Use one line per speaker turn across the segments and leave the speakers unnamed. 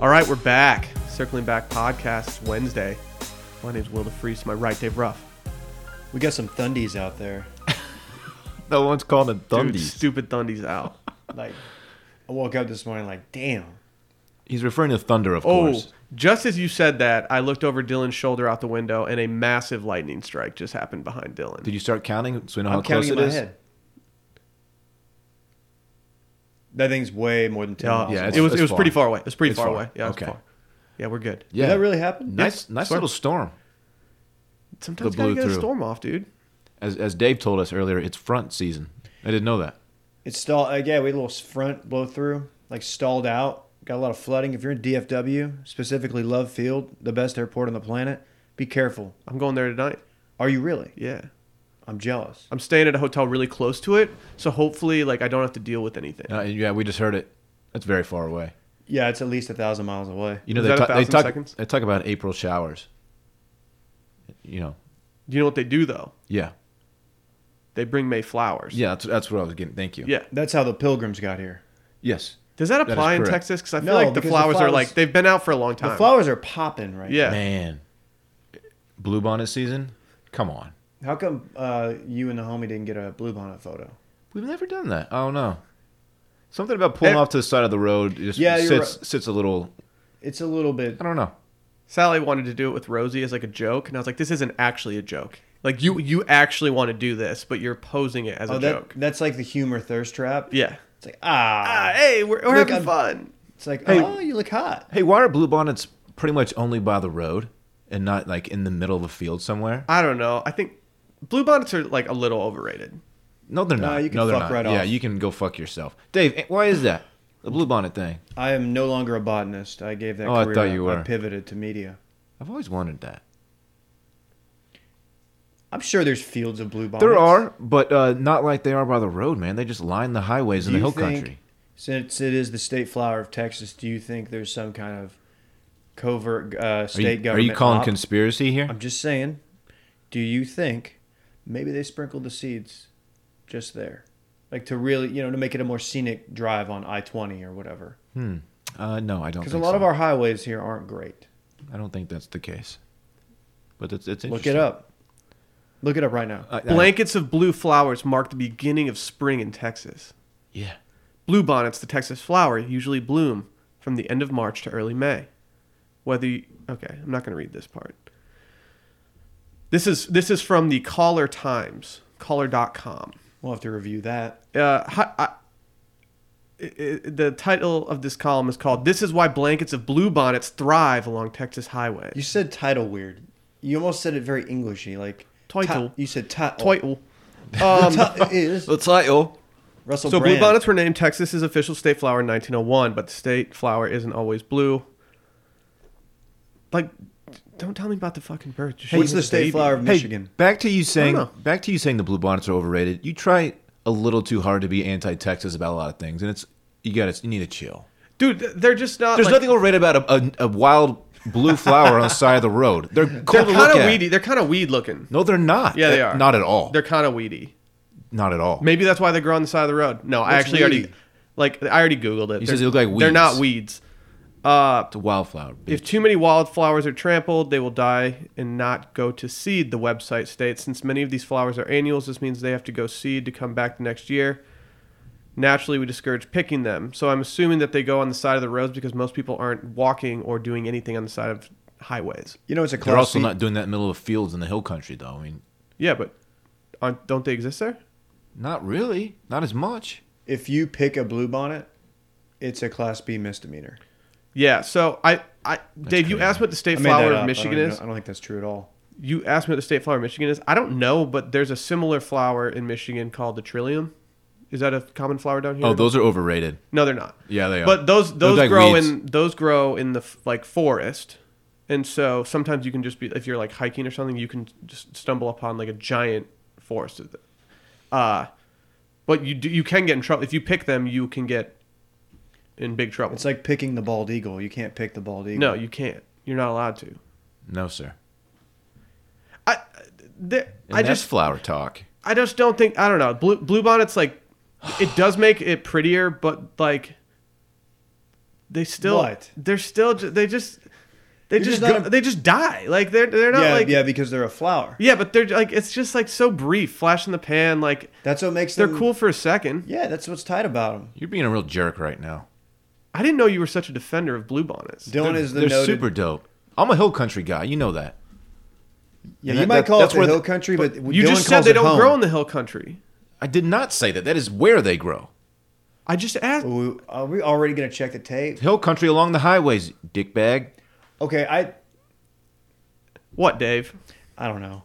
All right, we're back. Circling Back Podcast Wednesday. My name's Will DeFreeze. To my right, Dave Ruff.
We got some thundies out there.
No one's called it
Dude,
Dundies.
stupid Thundies out. Like,
I woke up this morning like, damn.
He's referring to thunder, of
oh,
course.
just as you said that, I looked over Dylan's shoulder out the window, and a massive lightning strike just happened behind Dylan.
Did you start counting so we know how
I'm
close
counting in
it
my
is?
head. That thing's way more than ten.
Uh,
miles
Yeah,
away.
it's-
it was
it's
it was
far.
pretty far away. It was pretty
It's
far,
far.
away. Yeah, it was
Okay.
far. Yeah, we're good.
Yeah.
Did that really happen?
Nice, nice
Sure.
little storm.
Sometimes
The
you gotta
blew
get a
through.
storm off, dude.
As, as Dave told us earlier, it's front season. I didn't know that.
It stalled. Uh, yeah, we had a little front blow through, like stalled out. Got a lot of flooding. If you're in DFW, specifically Love Field, the best airport on the planet, be careful.
I'm going there tonight.
Are you really?
Yeah.
I'm jealous.
I'm staying at a hotel really close to it, so hopefully, like, I don't have to deal with anything.
Uh, yeah, we just heard it. That's very far away.
Yeah, it's at least a thousand miles away.
You know,
Was
they,
that a
ta- they,
thousand
talk,
seconds?
they talk about April showers. You know,
You know what they do though?
yeah.
They bring May flowers.
Yeah, that's, that's what I was getting. Thank you.
Yeah.
That's how the Pilgrims got here.
Yes.
Does that
is
apply in
correct.
Texas? Because I feel
No,
like the
because the
flowers, are
flowers-
like they've been out for a long time.
The flowers are popping right
Yeah.
Man. Bluebonnet season? Come on.
now. How come uh, you and the homie didn't get a bluebonnet photo?
We've never done that. I don't know. Something about pulling
Eh.
off to the side of the road just
Yeah, you're
sits sits a little.
It's a little bit.
I don't know.
Sally wanted to do it with Rosie as like a joke, and I was like, this isn't actually a joke. Like you, you actually want to do this, but you're posing it as
Oh,
a
that,
joke.
that's like the humor thirst trap.
Yeah.
It's like ah.
Ah, hey, we're, we're
Look,
having
I'm-
fun.
It's like
Hey.
oh, you look hot.
Hey, why are bluebonnets pretty much only by the road and not like in the middle of a field somewhere?
I don't know. I think blue bonnets are like a little overrated.
No, they're
Nah,
not.
you can
no, they're
fuck
not.
right
yeah,
off.
you can go fuck yourself, Dave. eh, Why is that the bluebonnet thing?
I am no longer a botanist. I gave that.
Oh, I
career
thought
up.
you
I
were.
pivoted to media.
I've always wondered that.
I'm sure there's fields of bluebonnets.
There are, but uh, not like they are by the road, man. They just line the highways
Do
in the
you
hill
think-
country.
Since it is the state flower of Texas, do you think there's some kind of covert uh,
Are
state
you, are
government?
you calling
op-
conspiracy here?
I'm just saying. Do you think maybe they sprinkled the seeds just there, like to really, you know, to make it a more scenic drive on I-20 or whatever?
Hmm. Uh, no, I don't.
Because
Because
a lot of our highways here aren't great.
I don't think that's the case. But it's it's
Look
interesting. Uh,
it up. Look it up right now.
I- I-
Blankets of blue flowers mark the beginning of spring in Texas.
Yeah.
Bluebonnets, the Texas flower, usually bloom from the end of March to early May. Whether you, okay, I'm not going to read this part. This is this is from the Caller Times, caller.com.
We'll have to review that.
Uh, hi, I, i- i- the title of this column is called "This is Why Blankets of Bluebonnets Thrive Along Texas Highways."
You said title weird. You almost said it very Englishy, like
Title. um,
ti- you said title.
Title.
Ti- it is
The title.
Russell.
So
Brand.
bluebonnets were named Texas's official state flower in 1901, but the state flower isn't always blue. Like, don't tell me about the fucking bird. Just show
What's
me
the state
baby.
flower of
Hey,
Michigan?
back to you saying
know.
back to you saying the bluebonnets are overrated. You try a little too hard to be anti-Texas about a lot of things, and it's you got to you need to chill.
Dude, th- they're just not.
There's
like-
nothing overrated about a, a, a wild blue flower on the side of the road. They're cool
They're
to look
kind of
at.
weedy. They're kind of weed looking.
No, they're not.
Yeah, they
Uh,
are.
Not at all.
They're kind of weedy.
not at all.
Maybe that's why they grow on the side of the road. No, I
What's
actually already,
weedy?
like, I already googled it.
He
They're-
says they look like
They're
weeds.
not weeds. Uh,
It's a wildflower.
If too many wildflowers are trampled, they will die and not go to seed, the website states. Since many of these flowers are annuals, this means they have to go seed to come back the next year. Naturally, we discourage picking them. So I'm assuming that they go on the side of the roads because most people aren't walking or doing anything on the side of highways.
You know, it's a
They're
class.
also
C-
not doing that in the middle of fields in the hill country, though. I mean,
Yeah, but aren't, don't they exist there?
not really. Not as much.
if you pick a bluebonnet, it's a class B misdemeanor.
Yeah. So I, I Dave, you
crazy.
asked what the
I
state
made
flower
that up.
of Michigan
I don't,
is.
even- I don't think that's true at all.
You asked me what the state flower of Michigan is. I don't know, but there's a similar flower in Michigan called the trillium. Is that a common flower down here?
Oh, those are overrated.
No, they're not.
Yeah, they are.
But those
They're
those
like
grow
weeds.
in those grow in the f- like forest, and so sometimes you can just be if you're like hiking or something, you can just stumble upon like a giant forest of them. Uh, but you do you can get in trouble if you pick them. You can get in big trouble.
It's like picking the bald eagle. You can't pick the bald eagle.
no, you can't. You're not allowed to.
No, sir.
I there,
And
I
that's
just
flower talk.
I just don't think I don't know. Blue blue bonnet's like it does make it prettier, but like They still
What?
they're still ju- they just they
You're
just,
just not
go-
a-
they just die. Like they're they're not
yeah,
like
yeah, because they're a flower.
yeah, but they're like it's just like so brief, flash in the pan. Like
That's what makes
they're
them
cool for a second.
Yeah, that's what's tight about them.
You're being a real jerk right now.
I didn't know you were such a defender of bluebonnets.
Dylan is the
They're
noted.
super dope. I'm a hill country guy. You know that.
yeah,
and
you
that-
might
that-
call it
that's
the
where
hill
the-
country, but
You
Dylan
just said
calls
they
it
don't
home.
grow in the hill country.
I did not say that. That is where they grow.
I just asked.
Ooh, are we already gonna check the tape?
Hill country along the highways, dickbag.
Okay, I
What, Dave?
I don't know.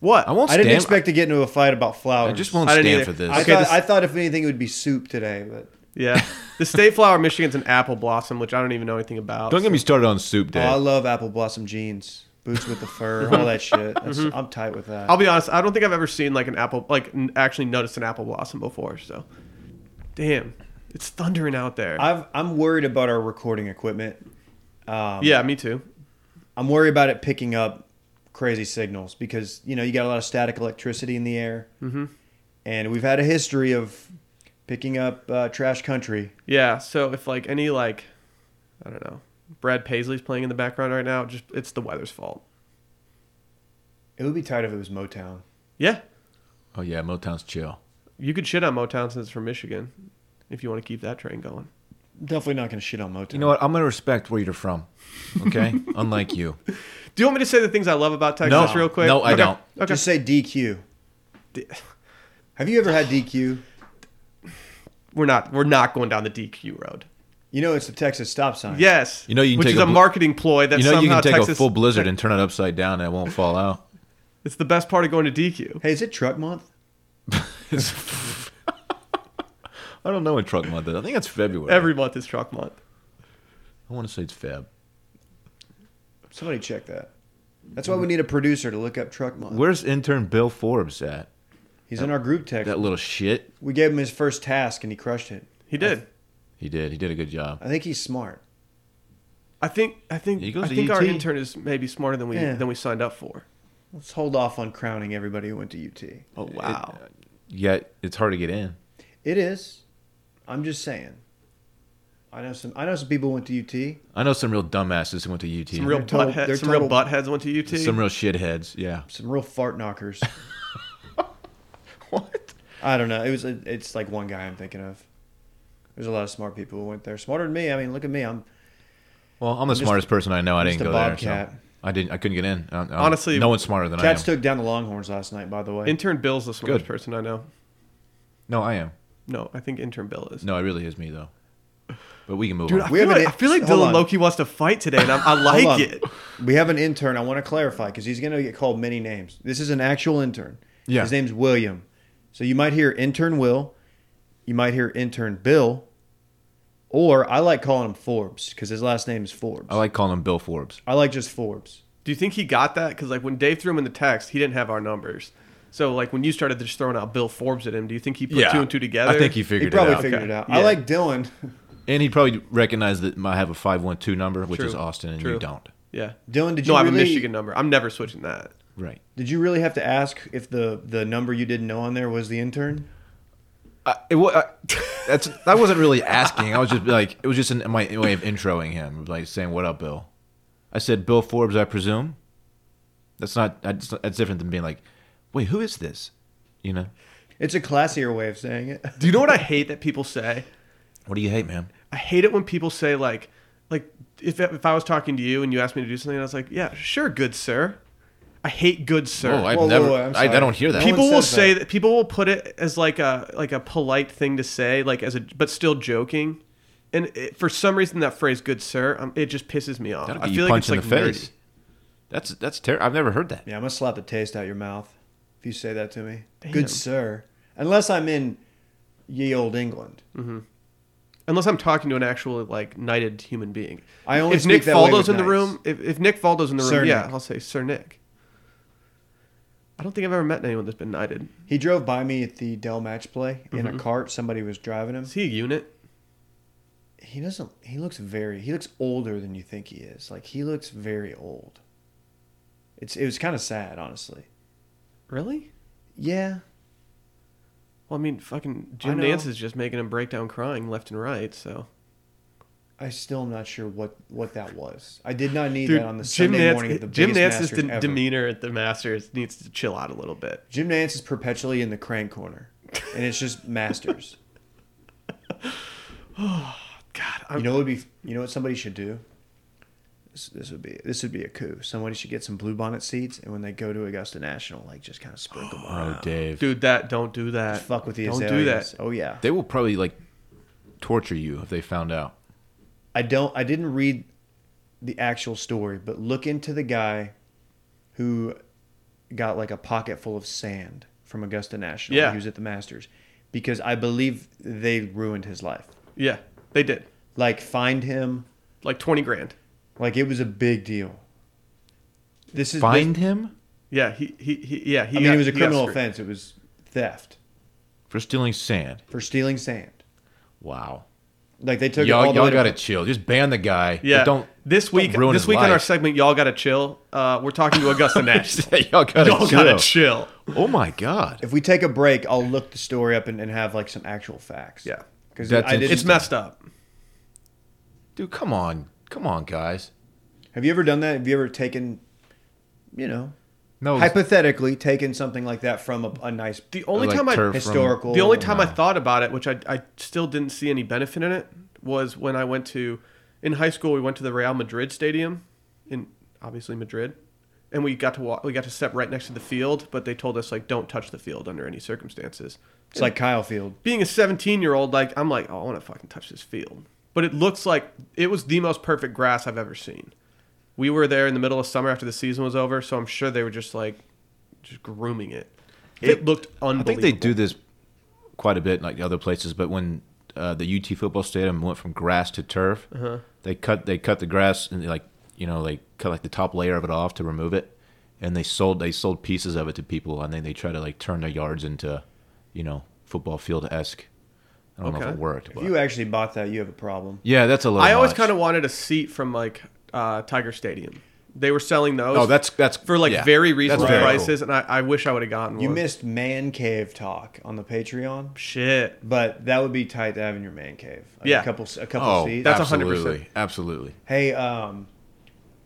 What?
I won't
I
stand.
didn't expect to get into a fight about flowers.
I just won't
I didn't
stand
either.
for this.
I,
Okay,
thought,
this-
I thought if anything it would be soup today, but oh,
Yeah. the state flower of Michigan's an apple blossom, which I don't even know anything about.
Don't get me started on soup
oh,
day.
I love apple blossom jeans, boots with the fur, all that shit. That's, I'm tight with that.
I'll be honest. I don't think I've ever seen like an apple, like n- actually noticed an apple blossom before. So, damn, it's thundering out there.
I've, I'm worried about our recording equipment. Um,
yeah, me too.
I'm worried about it picking up crazy signals because you know you got a lot of static electricity in the air, mm-hmm. and we've had a history of picking up uh, trash country.
Yeah. So if like any like, I don't know, Brad Paisley's playing in the background right now, just it's the weather's fault.
It would be tight if it was Motown.
Yeah,
oh yeah, Motown's chill.
you could shit on Motown since it's from Michigan, if you want to keep that train going.
Definitely not gonna shit on Motown.
You know what? I'm gonna respect where you're from. Okay, unlike you.
Do you want me to say the things I love about Texas
No.
real quick?
No, I
Okay.
don't.
Okay.
Just say DQ. Have you ever had DQ?
we're not we're not going down the DQ road.
You know it's the Texas stop sign.
Yes.
You know you can
which
take
is
a
a,
bl-
marketing ploy that
you know
somehow
you can take
Texas
a full blizzard and turn it upside down and it won't fall out.
It's the best part of going to DQ.
Hey, is it Truck Month?
I don't know when truck month is. I think it's February.
Every month is truck month.
I want to say it's Feb.
Somebody check that. That's why we need a producer to look up Truck Month.
Where's intern Bill Forbes at?
He's in our group text.
That little shit.
We gave him his first task and he crushed it.
He did.
He did. He did a good job.
I think he's smart.
I think I think
He goes
I
to
think our
UT.
intern is maybe smarter than we
Yeah.
than we signed up for.
Let's hold off on crowning everybody who went to UT.
Oh wow.
Yet it's hard to get in.
It is. I'm just saying. I know some. I know some people who went to UT.
I know some real dumbasses who went to UT.
some real
They're total-
butt heads.
they're
some real
total-
butt heads went to UT.
some real shitheads. Yeah.
Some real fart knockers.
What?
I don't know. It was. It's like one guy I'm thinking of. There's a lot of smart people who went there. Smarter than me. I mean, look at me. I'm.
Well, I'm the
Just-
smartest person I know. I
just
didn't
a
go there. So
bobcat.
I didn't. I couldn't get in. I, I,
Honestly-
no one's smarter than I am.
Cats took down the Longhorns last night. By the way,
intern Bill's the smartest
Good.
person I know.
no, I am.
No, I think intern Bill is.
No, it really is me though. But we can move
Dude,
on.
I
We
feel,
have an
like, I
in-
feel like
hold
Dylan
on.
Loki wants to fight today, and I'm, I
Hold
like
on.
it.
We have an intern. I want to clarify because he's going to get called many names. This is an actual intern.
Yeah.
His name's William. So you might hear intern Will, you might hear intern Bill, or I like calling him Forbes because his last name is Forbes.
I like calling him Bill Forbes.
I like just Forbes.
Do you think he got that? Because like when Dave threw him in the text, he didn't have our numbers. So like when you started just throwing out Bill Forbes at him, do you think he put two and two together?
I think he
He
figured
probably
it out.
figured
Okay.
it out. I
Yeah.
like Dylan.
And he probably recognized that I have a 512 number, which
True.
is Austin, and
True.
you don't.
Yeah.
Dylan, did you
no, I have a
really,
Michigan number. I'm never switching that.
Right.
Did you really have to ask if the the number you didn't know on there was the intern?
Uh,
I, it, wa- I, that's, I wasn't really asking. I was just like, it was just an, my way of introing him, like saying, what up, Bill? I said, Bill Forbes, I presume. That's not, that's, that's different than being like, wait, who is this? You know?
It's a classier way of saying it.
Do you know what I hate that people say?
What do you hate, man?
I hate it when people say like, like if if I was talking to you and you asked me to do something, I was like, yeah, sure, good sir. I hate good sir.
Oh, I've
Whoa, whoa,
never,
whoa, I'm
I, I
sorry.
don't hear that.
Pe-
people
one
will
says
say that people will put it as like a like a polite thing to say, like as a but still joking. And it, for some reason, that phrase "good sir" um, it just pisses me off.
That'll
I
get you
feel like it's
punched
like
in the face.
nerdy.
That's, that's terrible. I've never heard that.
Yeah, I'm gonna slap the taste out your mouth if you say that to me.
Damn.
Good sir. Unless I'm in ye old England.
Unless I'm talking to an actual like knighted human being.
I only
if
speak
Nick
that way
Faldo's
with
in the
knights.
room, if, if Nick Faldo's in the room,
Sir
yeah,
Nick.
I'll say Sir Nick. I don't think I've ever met anyone that's been knighted.
He drove by me at the Dell match play in a cart. Somebody was driving him.
Is he a unit?
He doesn't. He looks very. He looks older than you think he is. Like he looks very old. It's. It was kind of sad, honestly.
Really?
Yeah.
Well, I mean, fucking
I
Jim
know.
Nance is just making him break down crying left and right. So
I still am not sure what what that was. I did not need
Dude,
that on the
Jim
Sunday
Nance,
morning of the
Jim
biggest
Nance's
Masters
de-
ever.
demeanor at the Masters needs to chill out a little bit.
Jim Nance is perpetually in the crank corner, and it's just Masters.
God, I'm,
You know what would be you know what somebody should do? This, this would be this would be a coup. Somebody should get some bluebonnet seeds and when they go to Augusta National, like just kind of sprinkle them
Oh,
around.
Dave.
dude, that don't do that.
Fuck with the
don't
azaleas.
do that.
Oh yeah.
They will probably like torture you if they found out.
I don't I didn't read the actual story, but look into the guy who got like a pocket full of sand from Augusta National.
Yeah.
He was at the Masters. Because I believe they ruined his life.
Yeah, they did
Like find him.
like twenty grand.
Like it was a big deal. This is
Find him
Yeah, he he, he yeah he.
I mean,
got-
it was a
he got
criminal
screwed.
offense. It was theft
for stealing sand.
for stealing sand.
Wow.
Like they took
oh,
it all
Y'all,
the
y'all
way
got
to,
to chill. Just ban the guy. but
Yeah,
Don't
this week.
Don't ruin
this
his
week on our
life.
segment, y'all gotta chill. Uh, we're talking to Augusta National.
y'all got
y'all
to
gotta
chill.
chill.
oh my god.
If we take a break, I'll look the story up and, and have like some actual facts.
Yeah.
because
That's
I didn't.
interesting.
It's messed up.
Dude, come on. Come on, guys.
Have you ever done that? Have you ever taken, you know,
No.
hypothetically taken something like that from a, a nice
Oh, The only
like
time I
turf.
historical?
the only time I
no.
thought about it, which I I still didn't see any benefit in it, was when I went to in high school. We went to the Real Madrid stadium in obviously Madrid, and we got to walk. We got to step right next to the field, but they told us like don't touch the field under any circumstances.
it's like Kyle Field.
being a 17 year old, like I'm like, oh, I want to fucking touch this field. But it looks like it was the most perfect grass I've ever seen. We were there in the middle of summer after the season was over, so I'm sure they were just like, just grooming it. It, looked
I
unbelievable.
think they do this quite a bit in like other places, but when uh, the UT football stadium went from grass to turf,
Uh-huh.
they cut they cut the grass and like you know they cut like the top layer of it off to remove it, and they sold they sold pieces of it to people, and then they try to like turn their yards into you know football field esque. I don't know
Okay.
if it worked,
If
but
you actually bought that, you have a problem.
yeah, that's a little.
I always
much.
kind of wanted a seat from like uh, Tiger Stadium. They were selling those.
Oh, that's that's
for like
yeah.
very
That's
reasonable
very cool.
prices, and I, I wish I would have gotten
You
one.
missed man cave talk on the Patreon,
shit.
but that would be tight to have in your man cave. Like
Yeah.
a couple a couple
Oh,
seats.
That's
that's
100%.
absolutely, absolutely.
Hey, um,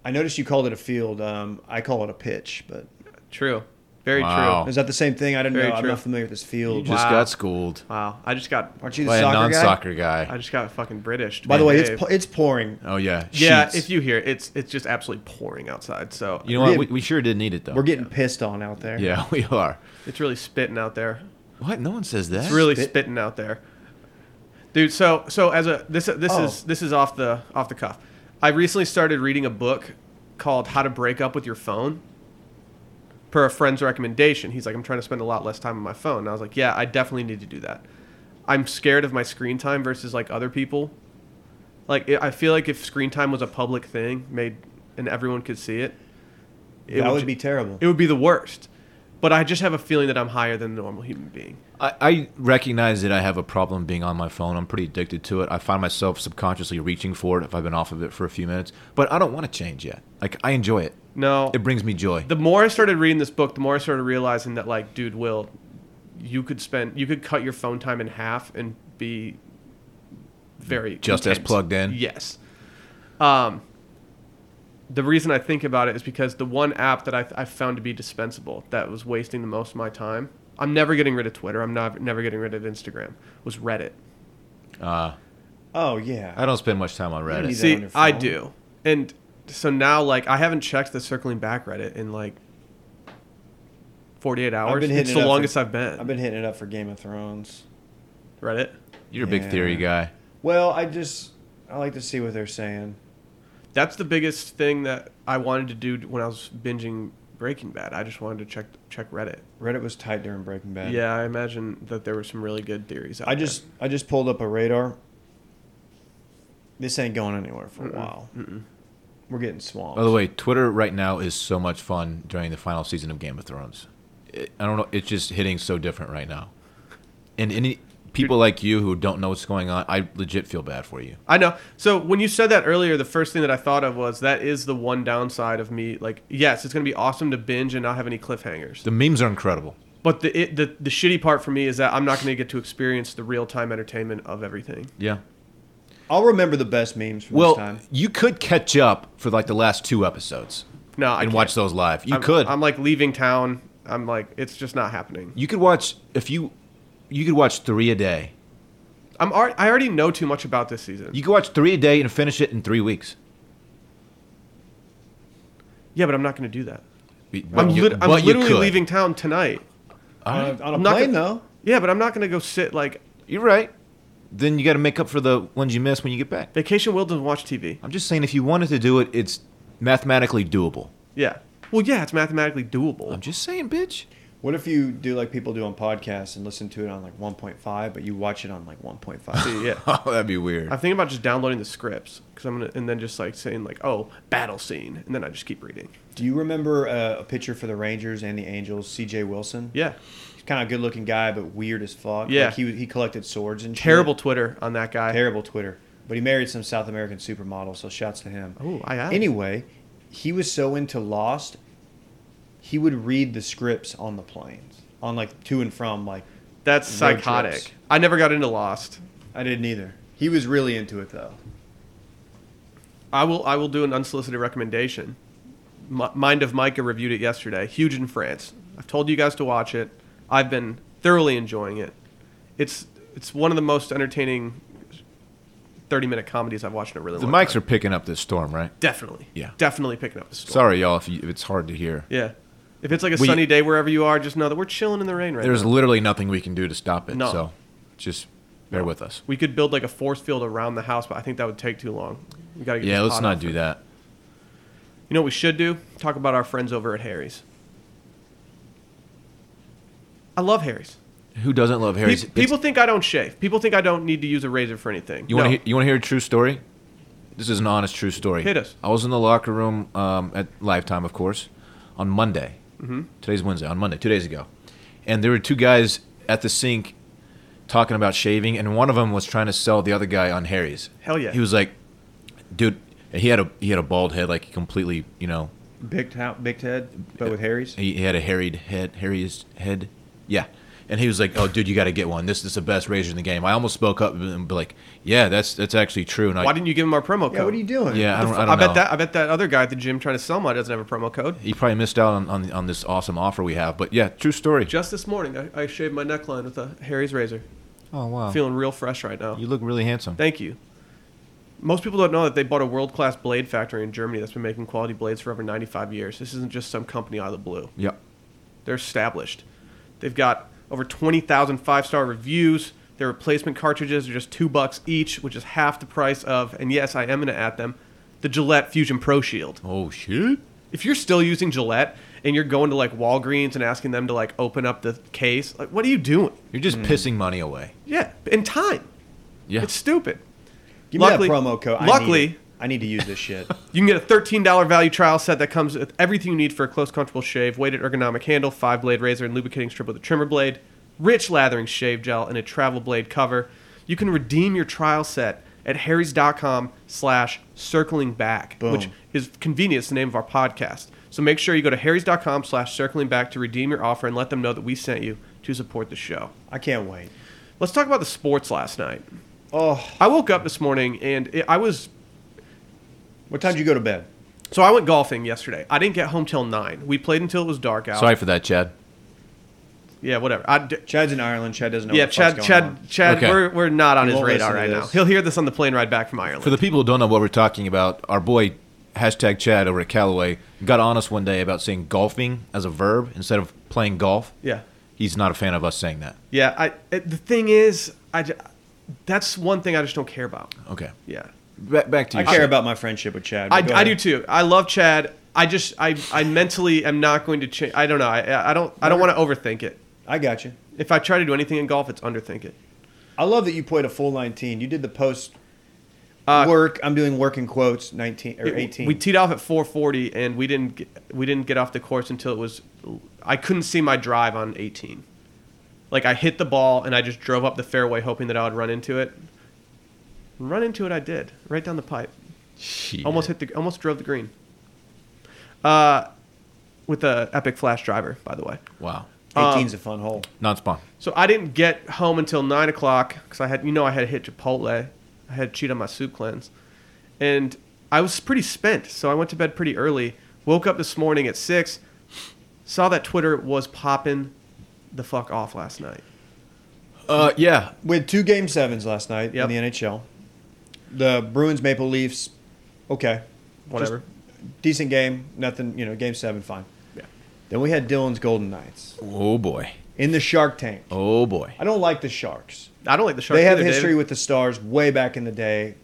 I noticed you called it a field. Um, I call it a pitch, but
True. Very
Wow.
true.
is that the same thing? I didn't
Very
know. I'm
true.
not familiar with this field.
Just
Wow.
got schooled
Wow. I just got.
Aren't you the
by a
soccer guy?
non-soccer guy.
I just got fucking British.
By the way, it's
Dave.
po- it's pouring.
Oh yeah,
Yeah,
Sheets.
if you hear it, it's it's just absolutely pouring outside. So
You know what?
Yeah.
We, we sure did need it though.
We're getting pissed on out there.
yeah, we are.
it's really spitting out there.
What? No one says that.
It's really
Spit?
spitting out there, dude. So so as a this uh, this
Oh.
is this is off the off the cuff. I recently started reading a book called How to Break Up with Your Phone. Per a friend's recommendation, he's like, I'm trying to spend a lot less time on my phone. And I was like, Yeah, I definitely need to do that. I'm scared of my screen time versus like other people. Like, it, I feel like if screen time was a public thing, made and everyone could see it, it
that would,
ju-
be terrible.
It would be the worst. But I just have a feeling that I'm higher than a normal human being.
I, I recognize that I have a problem being on my phone. I'm pretty addicted to it. I find myself subconsciously reaching for it if I've been off of it for a few minutes. But I don't want to change yet. Like I enjoy it.
No.
It brings me joy.
the more I started reading this book, the more I started realizing that, like, dude, Will, you could spend, you could cut your phone time in half and be very
Just as plugged in?
Yes. Um, the reason I think about it is because the one app that I, I found to be dispensable that was wasting the most of my time. I'm never getting rid of Twitter. I'm not never getting rid of Instagram. Was Reddit.
oh yeah.
Uh, I don't spend much time on Reddit.
need that. on
See,
your
I
phone.
do, and so now like I haven't checked the circling back Reddit in like forty eight hours.
hitting
It's
it
the
up for-
longest I've been.
I've been hitting it up for Game of Thrones.
Reddit.
You're a big
Yeah.
theory guy.
Well, I just I like to see what they're saying.
That's the biggest thing that I wanted to do when I was binging Breaking Bad. I just wanted to check check Reddit.
Reddit was tight during Breaking Bad.
Yeah, I imagine that there were some really good theories. Out
I just I just pulled up a radar. This ain't going anywhere for a while. We're getting swamped.
By the way, Twitter right now is so much fun during the final season of Game of Thrones. It, I don't know. It's just hitting so different right now. And any people like you who don't know what's going on, I legit feel bad for you.
I know. So when you said that earlier, the first thing that I thought of was that is the one downside of me. Like, yes, it's gonna be awesome to binge and not have any cliffhangers.
The memes are incredible.
But the it, the the shitty part for me is that I'm not going to get to experience the real time entertainment of everything.
Yeah.
I'll remember the best memes from
Well,
this time.
you could catch up for like the last two episodes
No, I
and
can't.
watch those live. You
I'm,
could.
I'm like leaving town. I'm like, it's just not happening.
you could watch if you. You could watch three a day.
I'm already, I already know too much about this season.
You could watch three a day and finish it in three weeks.
yeah, but I'm not going to do that.
But
I'm,
you-
lit- I'm
but you
literally
could.
leaving town tonight.
On a, on a
I'm not
plane,
gonna-
though.
Yeah, but I'm not going to go sit like
You're right. Then you got to make up for the ones you miss when you get back.
vacation. Will doesn't watch TV.
I'm just saying, if you wanted to do it, it's mathematically doable.
Yeah. Well, yeah, it's mathematically doable.
I'm just saying, bitch.
What if you do like people do on podcasts and listen to it on like 1.5, but you watch it on like 1.5?
yeah.
Oh, that'd be weird.
I'm thinking about just downloading the scripts because I'm gonna and then just like saying like, oh, battle scene, and then I just keep reading.
do you remember uh, a pitcher for the Rangers and the Angels, C.J. Wilson?
Yeah.
He's kind of a good-looking guy, but weird as fuck.
Yeah.
Like, he he collected swords and shit.
Terrible Twitter on that guy.
terrible Twitter. But he married some South American supermodel, so shouts to him.
Oh, aye, aye.
Anyway, he was so into Lost, he would read the scripts on the planes, on like to and from. Like
That's
Road
psychotic.
trips.
I never got into Lost.
I didn't either. He was really into it though.
I will. I will do an unsolicited recommendation. M- Mind of Micah reviewed it yesterday. Huge in France. I've told you guys to watch it. I've been thoroughly enjoying it. It's it's one of the most entertaining thirty minute comedies I've watched in a really
the
long
mics
time.
are picking up this storm, right?
definitely
Yeah.
definitely picking up the story.
Sorry, y'all, if, you, if it's hard to hear.
Yeah. If it's like a
We-
sunny day wherever you are, just know that we're chilling in the rain right
There's
now.
literally nothing we can do to stop it.
No.
So just bear with us.
We could build like a force field around the house, but I think that would take too long. We gotta get
Yeah,
this
let's
pot
not
off.
do that.
You know what we should do? Talk about our friends over at Harry's. I love Harry's.
Who doesn't love
Pe-
Harry's? It's-
people think I don't shave. People think I don't need to use a razor for anything.
You
no.
want to you want to hear a true story? This is an honest true story.
Hit us.
I was in the locker room um, at Lifetime, of course, on Monday. Mm-hmm. Today's Wednesday. On Monday, two days ago, and there were two guys at the sink talking about shaving, and one of them was trying to sell the other guy on Harry's.
Hell yeah.
He was like, "Dude, he had a he had a bald head, like completely, you know,
Big Ted, Big Ted, but with Harry's.
he, he had a harried head, Harry's head. Yeah. And he was like, "Oh, dude, you got to get one. This is the best razor in the game." I almost spoke up and be like, "Yeah, that's that's actually true." And I,
Why didn't you give him our promo code?
Yeah, what are you doing?
Yeah, I don't, I don't
bet
know.
that I bet that other guy at the gym trying to sell mine doesn't have a promo code.
He probably missed out on, on, on this awesome offer we have. But yeah, true story.
Just this morning, I, I shaved my neckline with a Harry's razor.
oh wow,
Feeling real fresh right now.
you look really handsome.
Thank you. Most people don't know that they bought a world class blade factory in Germany that's been making quality blades for over 95 years. This isn't just some company out of the blue.
Yep.
They're established. They've got over 20,000 five star reviews. Their replacement cartridges are just two bucks each, which is half the price of, and yes, I am going to add them, the Gillette Fusion Pro Shield.
Oh shit.
If you're still using Gillette and you're going to like Walgreens and asking them to like open up the case, like, what are you doing?
You're just pissing money away.
Yeah, in time.
Yeah.
Hmm. It's stupid.
Give
Luckily-
me that promo code. I
luckily-
need, it. I need to use this shit.
You can get a $13 value trial set that comes with everything you need for a close, comfortable shave, weighted ergonomic handle, five blade razor, and lubricating strip with a trimmer blade, rich lathering shave gel, and a travel blade cover. You can redeem your trial set at harrys.com slash circling back,
Boom.
which is convenient. It's the name of our podcast. So make sure you go to harrys.com slash circling back to redeem your offer and let them know that we sent you to support the show.
I can't wait.
Let's talk about the sports last night.
Oh,
I woke up this morning and it, I was
what time did you go to bed?
So I went golfing yesterday. I didn't get home till nine. We played until it was dark out.
Sorry for that, Chad.
Yeah, whatever. I d-
Chad's in Ireland. Chad doesn't know.
yeah,
what the fuck's
Chad,
going
Chad,
on.
Chad.
Okay.
We're, we're not on
He
his
won't
radar
listen
right
to
now.
this.
He'll hear this on the plane ride back from Ireland.
For the people who don't know what we're talking about, our boy hashtag Chad over at Callaway got on us one day about saying golfing as a verb instead of playing golf.
yeah,
He's not a fan of us saying that.
yeah. I it, the thing is, I j- that's one thing I just don't care about.
Okay.
Yeah,
Back, back to
I
you.
care
Chad.
about my friendship with Chad.
I,
but go
I do
ahead.
too. I love Chad. I just I I mentally am not going to change. I don't know. I I don't I don't want to overthink it.
I got you.
If I try to do anything in golf, it's underthink it.
I love that you played a full 19. You did the post work. I'm doing work in quotes 19 or
It-
18.
Uh, We teed off at 4:40, and we didn't get, we didn't get off the course until it was. I couldn't see my drive on 18. Like I hit the ball and I just drove up the fairway hoping that I would run into it. Run into it, I did right down the pipe.
Shit.
Almost hit the almost drove the green. Uh, with a epic flash driver, by the way.
Wow.
um,
18's a fun hole.
Non spawn.
So I didn't get home until nine o'clock because I had you know I had to hit Chipotle I had to cheat on my soup cleanse, and I was pretty spent, so I went to bed pretty early. Woke up this morning at six, saw that Twitter was popping the fuck off last night.
Uh, yeah.
We had two game sevens last night
Yep.
in the NHL. The Bruins Maple Leafs, okay,
Whatever.
Just decent game, nothing. You know, game seven, fine.
Yeah.
Then we had Dylan's Golden Knights
Oh boy.
in the Shark Tank.
Oh boy.
I don't like the Sharks.
I don't like the Sharks.
they have
either, David.
history with the Stars way back in the day.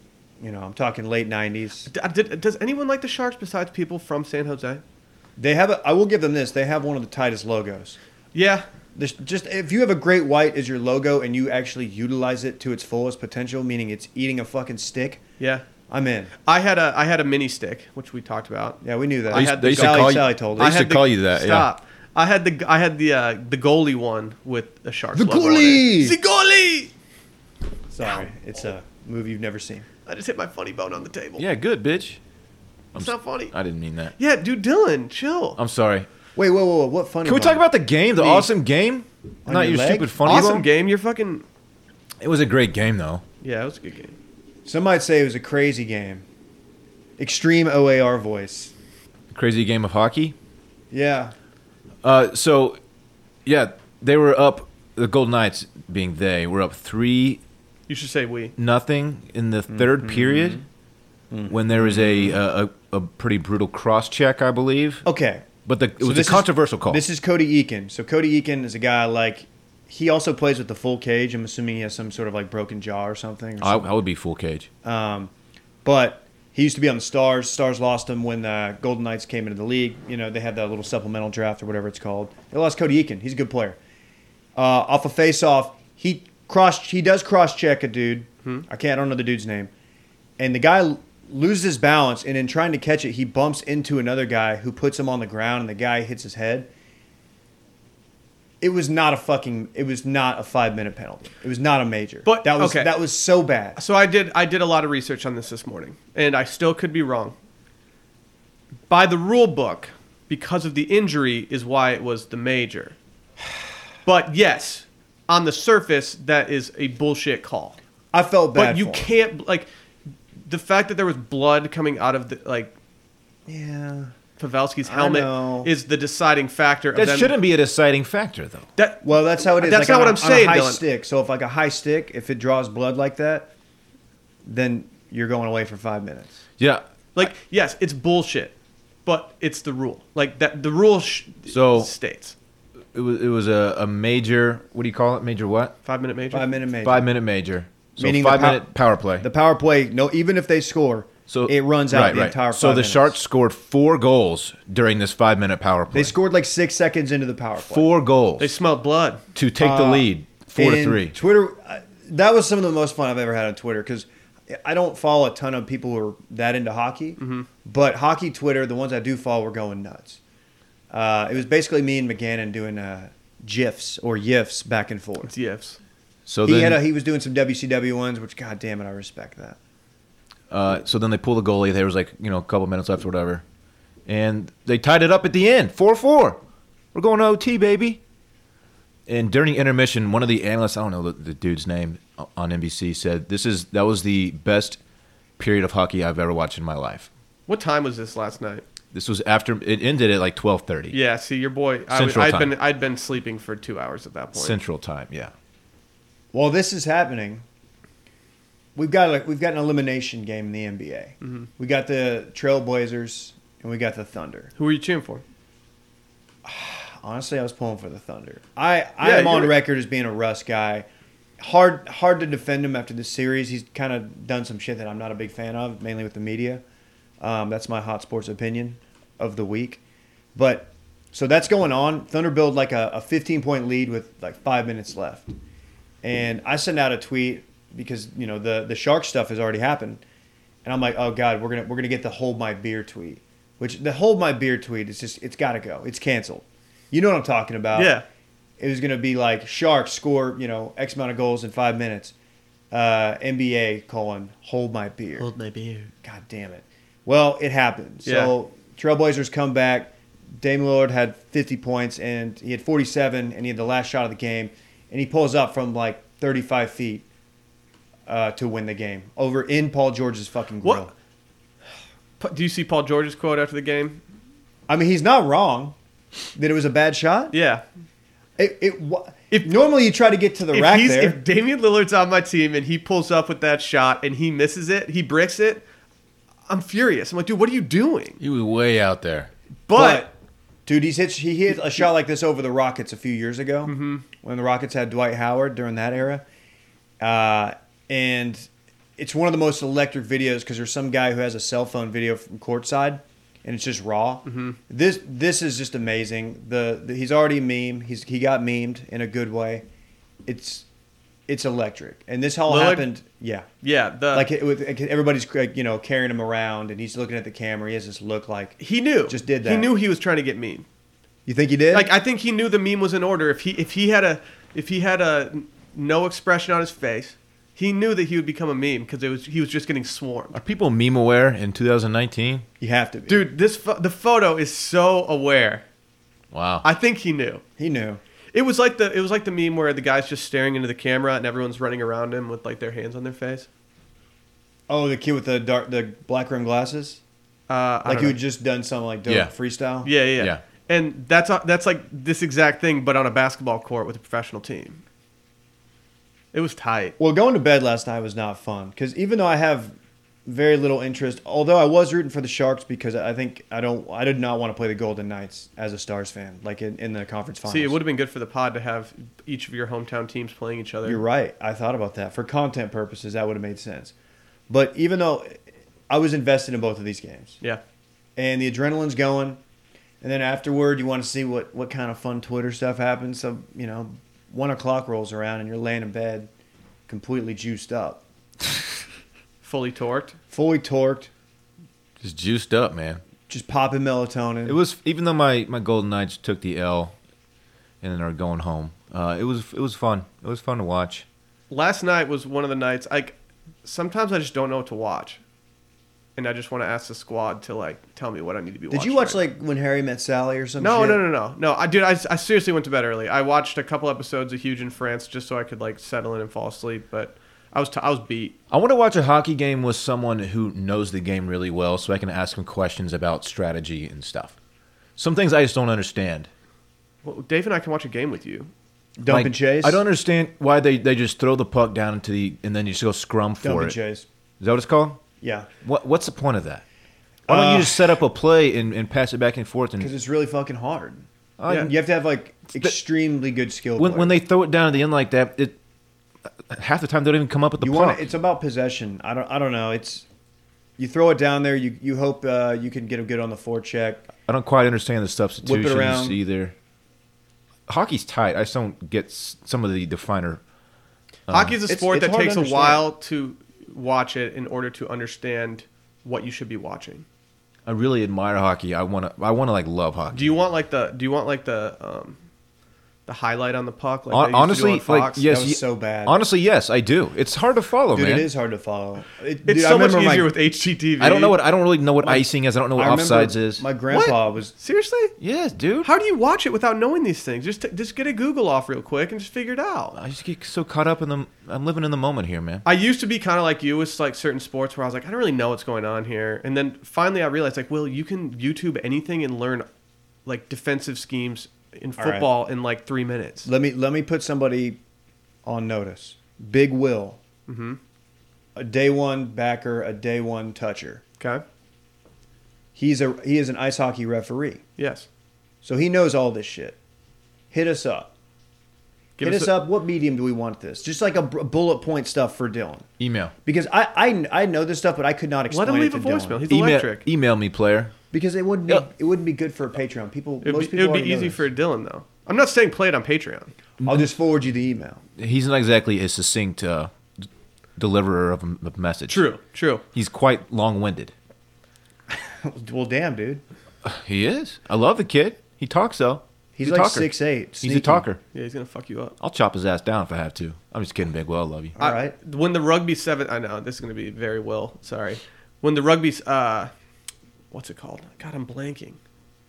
You know, I'm talking late '90s.
D- did- does anyone like the Sharks besides people from San Jose?
They have. A, I will give them this. They have one of the tightest logos.
Yeah,
There's just if you have a great white as your logo and you actually utilize it to its fullest potential, meaning it's eating a fucking stick,
yeah.
I'm in.
I had a I had a mini stick, which we talked about.
Yeah, we knew that.
I
They used-
had
they
the
used to
Sally-
call you-
Sally told
They
us.
used
I
to
had the-
call you that. Yeah.
Stop. I had the I had the uh, the goalie one with the shark.
The goalie!
The goalie.
Sorry, it's a movie you've never seen.
I just hit my funny bone on the table.
Yeah. Good bitch.
it's not funny.
I didn't mean that.
yeah, dude, Dylan, chill.
I'm sorry.
Wait, whoa, whoa, whoa! What funny?
Can we
bone?
talk about the game? The
Me.
awesome game.
On
Not
your
your
leg?
stupid funny.
awesome
bone.
game. You're fucking.
It was a great game though.
Yeah, it was a good game.
Some might say it was a crazy game. Extreme OAR voice.
Crazy game of hockey.
Yeah,
Uh, so, yeah, they were up. The Golden Knights, being they, were up three
You should say we.
nothing in the 3rd
Mm-hmm.
period when there was a, a a pretty brutal cross check, I believe.
Okay.
But the, it
So
was a
this is-
controversial call.
This is Cody Eakin. So Cody Eakin is a guy like he also plays with the full cage. I'm assuming he has some sort of like broken jaw or something. Or
I,
something.
I would be full cage.
Um, but he used to be on the Stars. Stars lost him when the Golden Knights came into the league. You know they had that little supplemental draft or whatever it's called. They lost Cody Eakin. He's a good player. Uh, off a face-off, he cross he does cross-check a dude.
Hmm.
I can't. I don't know the dude's name. And the guy l- loses his balance, and in trying to catch it, he bumps into another guy who puts him on the ground, and the guy hits his head. It was not a fucking. It was not a five-minute penalty. It was not a major.
But-
that was
okay.
that was so bad.
So I did I did a lot of research on this this morning, and I still could be wrong. By the rule book, because of the injury is why it was the major. But yes, on the surface that is a bullshit call.
I felt bad.
But you
for him.
can't like the fact that there was blood coming out of the like
Yeah.
Pavelski's
I know.
helmet is the deciding factor of
That
them-
shouldn't be a deciding factor, though.
that
Well, that's how it is.
That's
like
not
on
what
a-
I'm
on
saying,
A high
Dylan.
stick. So if like a high stick, if it draws blood like that, then you're going away for five minutes.
Yeah.
like yes, it's bullshit, but it's the rule. Like that the rule sh-
So-
states.
It was, it was a, a major, what do you call it? Major what?
5 minute major.
Five minute major.
Five minute major. So
Meaning the
five
pow-
minute power play.
The power play. No, even if they score,
so
it runs out
right,
the
right.
entire.
So
five
the
minutes.
Sharks scored four goals during this five minute power play.
They scored like six seconds into the power play.
four goals
They smelled blood.
to take the lead, four to
Uh, And
three.
Twitter. uh, That was some of the most fun I've ever had on Twitter because I don't follow a ton of people who are that into hockey,
Mm-hmm.
but hockey Twitter, the ones I do follow, were going nuts. Uh, it was basically me and McGannon doing uh, gifs or yifs back and forth.
It's yifs.
so
he
then,
had a, he was doing some WCW ones, which God damn it, I respect that.
Uh, so then they pull the goalie. There was like you know a couple minutes left, or whatever, and they tied it up at the end, four four. We're going to OT, baby. And during intermission, one of the analysts, I don't know the, the dude's name o- on NBC, said this is that was the best period of hockey I've ever watched in my life.
What time was this last night?
This was after it ended at like twelve thirty
Yeah, see, your boy. I,
Central
I'd
time.
been I'd been sleeping for two hours at that point.
Central Time. Yeah,
While this is happening, we've got like we've got an elimination game in the NBA.
Mm-hmm.
We got the Trailblazers and we got the Thunder.
Who were you cheering for?
Honestly, I was pulling for the Thunder. I I
Yeah,
am on
you're-
record as being a Russ guy. Hard hard to defend him after this series. He's kind of done some shit that I'm not a big fan of, mainly with the media. Um, that's my hot sports opinion of the week. But so that's going on. Thunder build like a, a 15 point lead with like five minutes left, and I send out a tweet because you know the the shark stuff has already happened, and I'm like, oh god, we're gonna we're gonna get the hold my beer tweet, which the hold my beer tweet is just it's gotta go. It's canceled. You know what I'm talking about?
Yeah.
It was gonna be like sharks score you know x amount of goals in five minutes. Uh, NBA calling hold my beer.
my beer.
God damn it. Well, it happened. So Trailblazers come back. Dame Lillard had 50 points and he had 47 and he had the last shot of the game and he pulls up from like 35 feet uh, to win the game over in Paul George's fucking
What?
grill.
Pa- Do you see Paul George's quote after the game?
I mean, he's not wrong that it was a bad shot.
Yeah.
It, it wa-
If-
normally you try to get to the
If,
rack
he's,
there.
if Damian Lillard's on my team and he pulls up with that shot and he misses it, he bricks it, I'm furious. I'm like, dude, what are you doing?
He was way out there.
But,
dude, he's hit, he hit a shot like this over the Rockets a few years ago
Mm-hmm.
when the Rockets had Dwight Howard during that era. Uh, and it's one of the most electric videos because there's some guy who has a cell phone video from courtside, and it's just raw.
Mm-hmm.
This this is just amazing. The, the he's already a meme. He's he got memed in a good way. It's it's electric, and this all
Lillard? Uh.
happened. Yeah,
yeah, the
like it, with, everybody's like, you know carrying him around, and he's looking at the camera. He has this look like
he knew.
just did
He
that.
knew he was trying to get mean.
you think he did.
Like I think he knew the meme was in order. If he if he had a if he had a no expression on his face, he knew that he would become a meme because it was he was just getting swarmed.
Are people meme aware in 2019?
you have to, be.
Dude, this pho- the photo is so aware.
Wow.
I think he knew.
He knew.
It was like the it was like the meme where the guy's just staring into the camera and everyone's running around him with like their hands on their face.
Oh, the kid with the dark, the black rim glasses,
Uh, I
like
don't
who
know.
had just done some like dope
Yeah.
freestyle.
yeah, yeah, yeah.
Yeah.
And that's uh, that's like this exact thing, but on a basketball court with a professional team. It was tight.
Well, going to bed last night was not fun because even though I have very little interest, although I was rooting for the Sharks because I think I don't, I did not want to play the Golden Knights as a Stars fan, like in, in the conference finals.
See, it would have been good for the pod to have each of your hometown teams playing each other.
You're right. I thought about that for content purposes. That would have made sense. But even though I was invested in both of these games,
Yeah.
and the adrenaline's going. And then afterward, you want to see what, what kind of fun Twitter stuff happens. So, you know, one o'clock rolls around and you're laying in bed completely juiced up,
Fully torqued.
fully torqued,
Just juiced up, man.
just popping melatonin.
It was even though my my Golden Knights took the L, and then are going home. Uh, it was it was fun. It was fun to watch.
Last night was one of the nights like sometimes I just don't know what to watch. And I just want to ask the squad to like tell me what I need to be watching.
Did you watch
right
like When Harry Met Sally or something?
now. No, no, no, no. No, I dude, I, I seriously went to bed early. I watched a couple episodes of Huge in France just so I could like settle in and fall asleep, but I was t- I was beat.
I want to watch a hockey game with someone who knows the game really well, so I can ask them questions about strategy and stuff. Some things I just don't understand.
Well, Dave and I can watch a game with you.
Dump
Like,
and chase.
I don't understand why they, they just throw the puck down into the and then you just go scrum for
Dump
it. Mm.
and
Is
chase.
that what it's called?
Yeah,
What what's the point of that? Why don't
Uh,
you just set up a play and, and pass it back and forth
because
and
it's really fucking hard.
I-
Yeah.
You have to have like extremely good skill.
when,
players.
when they throw it down at the end like that, it half the time they don't even come up with the
you
puck.
want it's about possession. I don't I don't know. It's you throw it down there. You you hope uh, you can get them good on the forecheck.
I don't quite understand the substitutions
around.
either. Hockey's tight. I just don't get s- some of the, the finer. Uh-huh.
Hockey is a
It's-
sport
it's
that
hard to
takes a
understand.
while to watch it in order to understand what you should be watching.
I really admire hockey. I want to. I want to like love hockey.
Do you want like the do you want like the um the highlight on the puck like
Hon-
they used to do
honestly,
on Fox?
like yes,
was
ye-
so bad.
Honestly, yes, I do. It's hard to follow,
Dude,
man.
it is hard to follow. It,
it's
dude, I
so much
remember my-
easier with HGTV.
I don't know what. I don't really know what icing is. I don't know what
I remember
offsides is.
My grandpa was.
Seriously?
yes, dude.
How do you watch it without knowing these things? Just t- just get a Google off real quick and just figure it out.
I just get so caught up in the. I'm living in the moment here, man.
I used to be kind of like you with like certain sports where I was like, I don't really know what's going on here, and then finally I realized like, well, you can YouTube anything and learn like defensive schemes in
All right.
football in like three minutes.
Let me let me put somebody on notice. Big Will,
Mhm.
a day one backer, a day one toucher.
Okay.
He's a he is an ice hockey referee,
Yes.
so he knows all this shit. Hit us up.
Give
Hit
us
us
a-
up. What medium do we want this? Just like a b- bullet point stuff for Dylan.
Email.
Because I, I, I know this stuff, but I could not explain
Let him leave
it
a
to
voicemail.
Dylan. e-,
He's
Email.
electric.
Email me, player.
because it wouldn't be,
Yeah.
it wouldn't be good for Patreon people.
It would
most
be,
people
it would
already
be
know
easy
this.
for Dylan though. I'm not saying play it on Patreon.
I'll just forward you the email.
He's not exactly a succinct uh, d- deliverer of a m- of message.
True. True.
He's quite long-winded.
well, damn, dude.
He is. I love the kid. He talks though.
He's,
a
like
talker.
six eight.
He's a talker.
Yeah, he's gonna fuck you up.
I'll chop his ass down if I have to. I'm just kidding, Big Well. I love you.
All
I-
right.
When the rugby seven, I know this is going to be very well. Sorry. When the rugby's uh, what's it called? God, I'm blanking.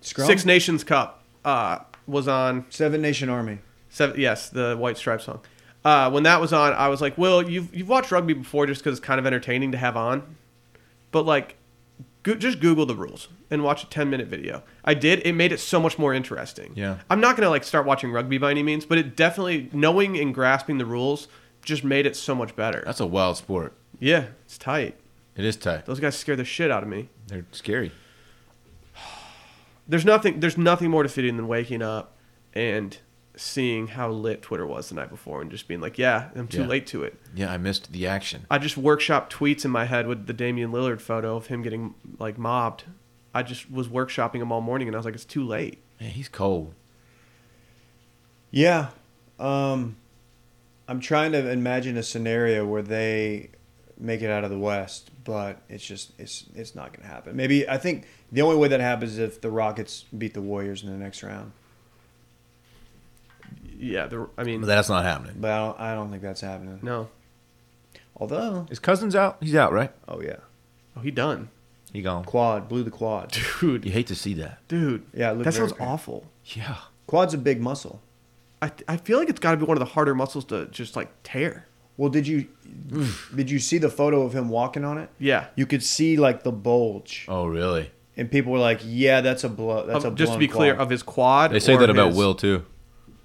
Scrum?
Six Nations Cup uh was on
Seven Nation Army.
seven. Yes, the White Stripes song. uh, when that was on, I was like, "Will, you've you've watched rugby before just because it's kind of entertaining to have on, but like, go- just Google the rules and watch a ten minute video." I did. It made it so much more interesting.
Yeah.
I'm not gonna like start watching rugby by any means, but it definitely knowing and grasping the rules just made it so much better.
That's a wild sport.
yeah, it's tight.
It is tight.
Those guys scare the shit out of me.
They're scary.
There's nothing. There's nothing more defeating than waking up and seeing how lit Twitter was the night before and just being like, "Yeah, I'm too
Yeah.
late to it."
Yeah, I missed the action.
I just workshop tweets in my head with the Damian Lillard photo of him getting like mobbed. I just was workshopping them all morning, and I was like, "It's too late."
Man, he's cold.
Yeah. Um, I'm trying to imagine a scenario where they make it out of the West, but it's just it's it's not going to happen. Maybe I think the only way that happens is if the Rockets beat the Warriors in the next round.
Yeah, the, I mean,
But that's not happening.
But I don't, I don't think that's happening.
no,
Although,
Is Cousins out? He's out, right?
oh yeah,
oh, he done,
He gone.
quad blew the quad.
dude,
You hate to see that.
dude.
Yeah, it looked
that
very
sounds
bad.
awful.
Yeah.
Quad's a big muscle.
I I feel like it's got to be one of the harder muscles to just like tear.
Well, did you did you see the photo of him walking on it?
Yeah,
You could see like the bulge,
Oh, really?
and people were like, "Yeah, that's a blow. That's
Of-
a
Um, just to
blown
be clear,
quad.
of his quad.
They say
or
that about
his-
Will too.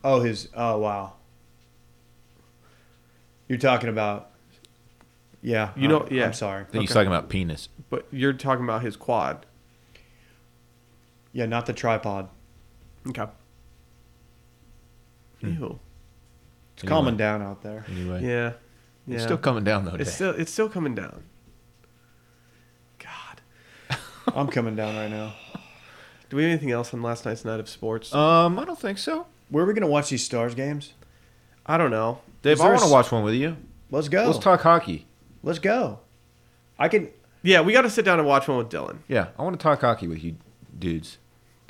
Oh, his. Oh, wow. You're talking about. Yeah.
You know-
I'm-
yeah.
I'm sorry.
I think he's
Okay.
talking about penis.
but you're talking about his quad.
Yeah, not the tripod.
Okay.
Hmm.
Ew.
It's calming down out there.
Anyway,
Yeah. Yeah.
it's still coming down though.
It's still
today.
it's still coming down. God.
I'm coming down right now.
Do we have anything else on last night's night of sports?
um, I don't think so.
Where are we gonna watch these stars games?
I don't know.
Dave,
Is there
I
a
want to
s-
watch one with you.
Let's go.
Let's talk hockey.
Let's go. I can.
Yeah, we got to sit down and watch one with Dylan.
Yeah, I want to talk hockey with you, dudes.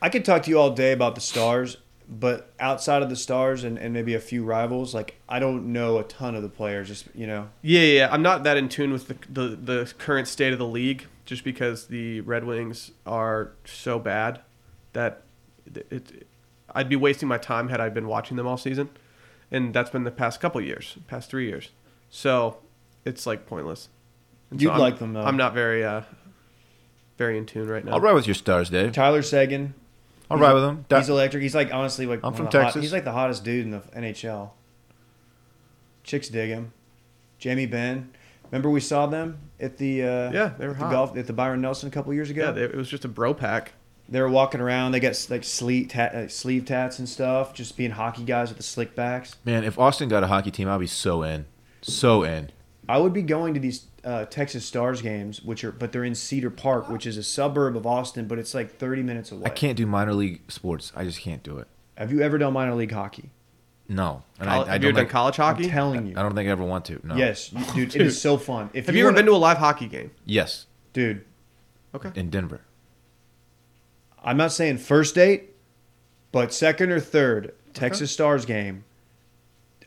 I could talk to you all day about the stars, but outside of the stars and, and maybe a few rivals, like I don't know a ton of the players. Just you know,
Yeah, yeah, yeah. I'm not that in tune with the, the the current state of the league, just because the Red Wings are so bad that it, it I'd be wasting my time had I been watching them all season, and that's been the past couple years, past three years. So it's like pointless. And
You'd
I'm-
like them, though.
I'm not very uh very in tune right now.
I'll ride with your stars, Dave.
Tyler Seguin.
I'll ride with them.
he's electric. He's like honestly like
I'm
one
from
of the hot-
Texas.
he's like the hottest dude in the NHL. Chicks dig him. Jamie Ben. Remember we saw them at the uh,
Yeah, they were
at
hot.
the golf at the Byron Nelson a couple years ago.
yeah, they,
they,
it was just a bro pack.
were walking around. They got like sleeve tat, like, sleeve tats and stuff, just being hockey guys with the slick backs.
Man, if Austin got a hockey team, I'd be so in, so in.
I would be going to these uh, Texas Stars games, which are but they're in Cedar Park, which is a suburb of Austin, but it's like 30 minutes away.
I can't do minor league sports. I just can't do it.
Have you ever done minor league hockey?
No, and
Colle- have you
I, I don't.
ever done
Think,
college hockey?
I'm telling you.
I don't think I ever want to. No.
Yes, you- dude, it is so fun. If
have you ever
wanna-
been to a live hockey game?
Yes.
dude?
Okay.
In Denver.
I'm not saying first date, but second or third Texas Stars game.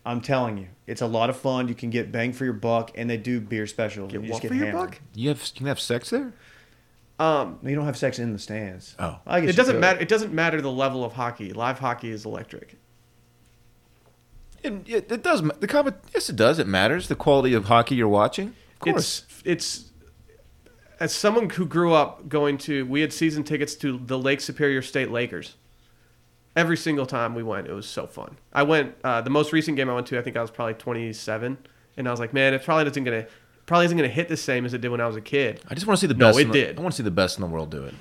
I'm telling you, it's a lot of fun. You can get bang for your buck, and they do beer specials.
Get
you
what for your
hammered.
buck?
You have you can have sex there.
Um,
No, you don't have sex in the stands.
Oh.
I guess
it
you
doesn't
could.
matter. It doesn't matter the level of hockey. Live hockey is electric.
It, it, it does. ma- The comment. Yes, it does. It matters. The quality of hockey you're watching. Of course.
It's, it's as someone who grew up going to. We had season tickets to the Lake Superior State Lakers. Every single time we went, it was so fun. I went uh, the most recent game I went to. I think I was probably 27, and I was like, man, it probably isn't gonna probably isn't gonna hit the same as it did when I was a kid.
I just want to see the
No,
best.
it
in the-
did.
I want to see the best in the world do it.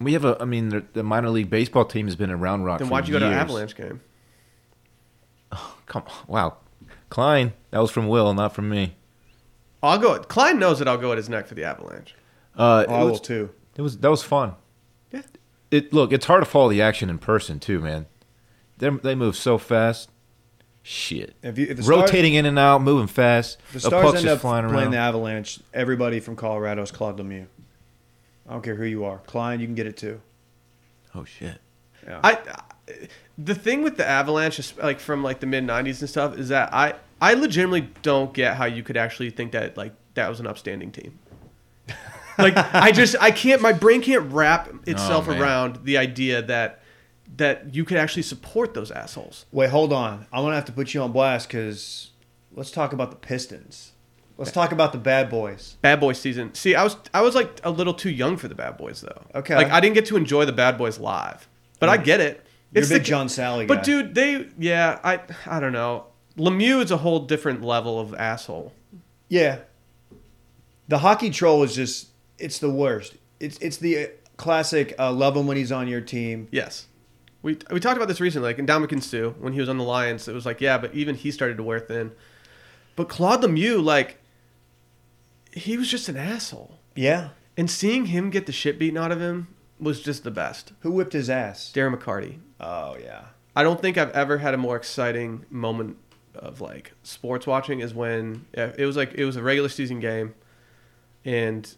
We have a. I mean, the, the minor league baseball team has been in Round Rock.
Then
for
why'd you go to an
years.
Avalanche game?
Come. Wow. Klein. That was from Will, not from me.
I'll go. Klein knows that I'll go at his neck for the Avalanche.
Uh,
Oh, I
it
will
was,
too.
It was that was fun.
Yeah.
It look. It's hard to follow the action in person too, man. They they move so fast. Shit.
If you if the
Rotating in and out, moving fast.
Stars,
a
the Stars
puck's
end
just
up
flying
playing
around.
the Avalanche, everybody from Colorado is Claude Lemieux. I don't care who you are, Klein, you can get it too.
Oh shit.
Yeah.
I I- the thing with the Avalanche, is, like from like the mid '90s and stuff, is that I I legitimately don't get how you could actually think that like that was an upstanding team.
Oh,
like I just I can't my brain can't wrap itself
man.
around the idea that that you could actually support those assholes.
Wait, hold on. I'm gonna have to put you on blast because let's talk about the Pistons. Let's talk about the bad boys.
Bad Boys season. See, I was I was like a little too young for the Bad Boys though.
Okay.
Like I didn't get to enjoy the Bad Boys live, but I get it.
You're a big John Sally guy.
But dude, they yeah, I I don't know. Lemieux is a whole different level of asshole.
Yeah. The hockey troll is just it's the worst. It's it's the classic uh, love him when he's on your team.
Yes. We, we talked about this recently, like in Dominican Sue, when he was on the Lions, it was like, yeah, but even he started to wear thin. But Claude Lemieux, like, he was just an asshole.
Yeah.
And seeing him get the shit beaten out of him was just the best.
Who whipped his ass?
Darren McCarty.
Oh yeah.
I don't think I've ever had a more exciting moment of like sports watching is when yeah, it was like it was a regular season game, and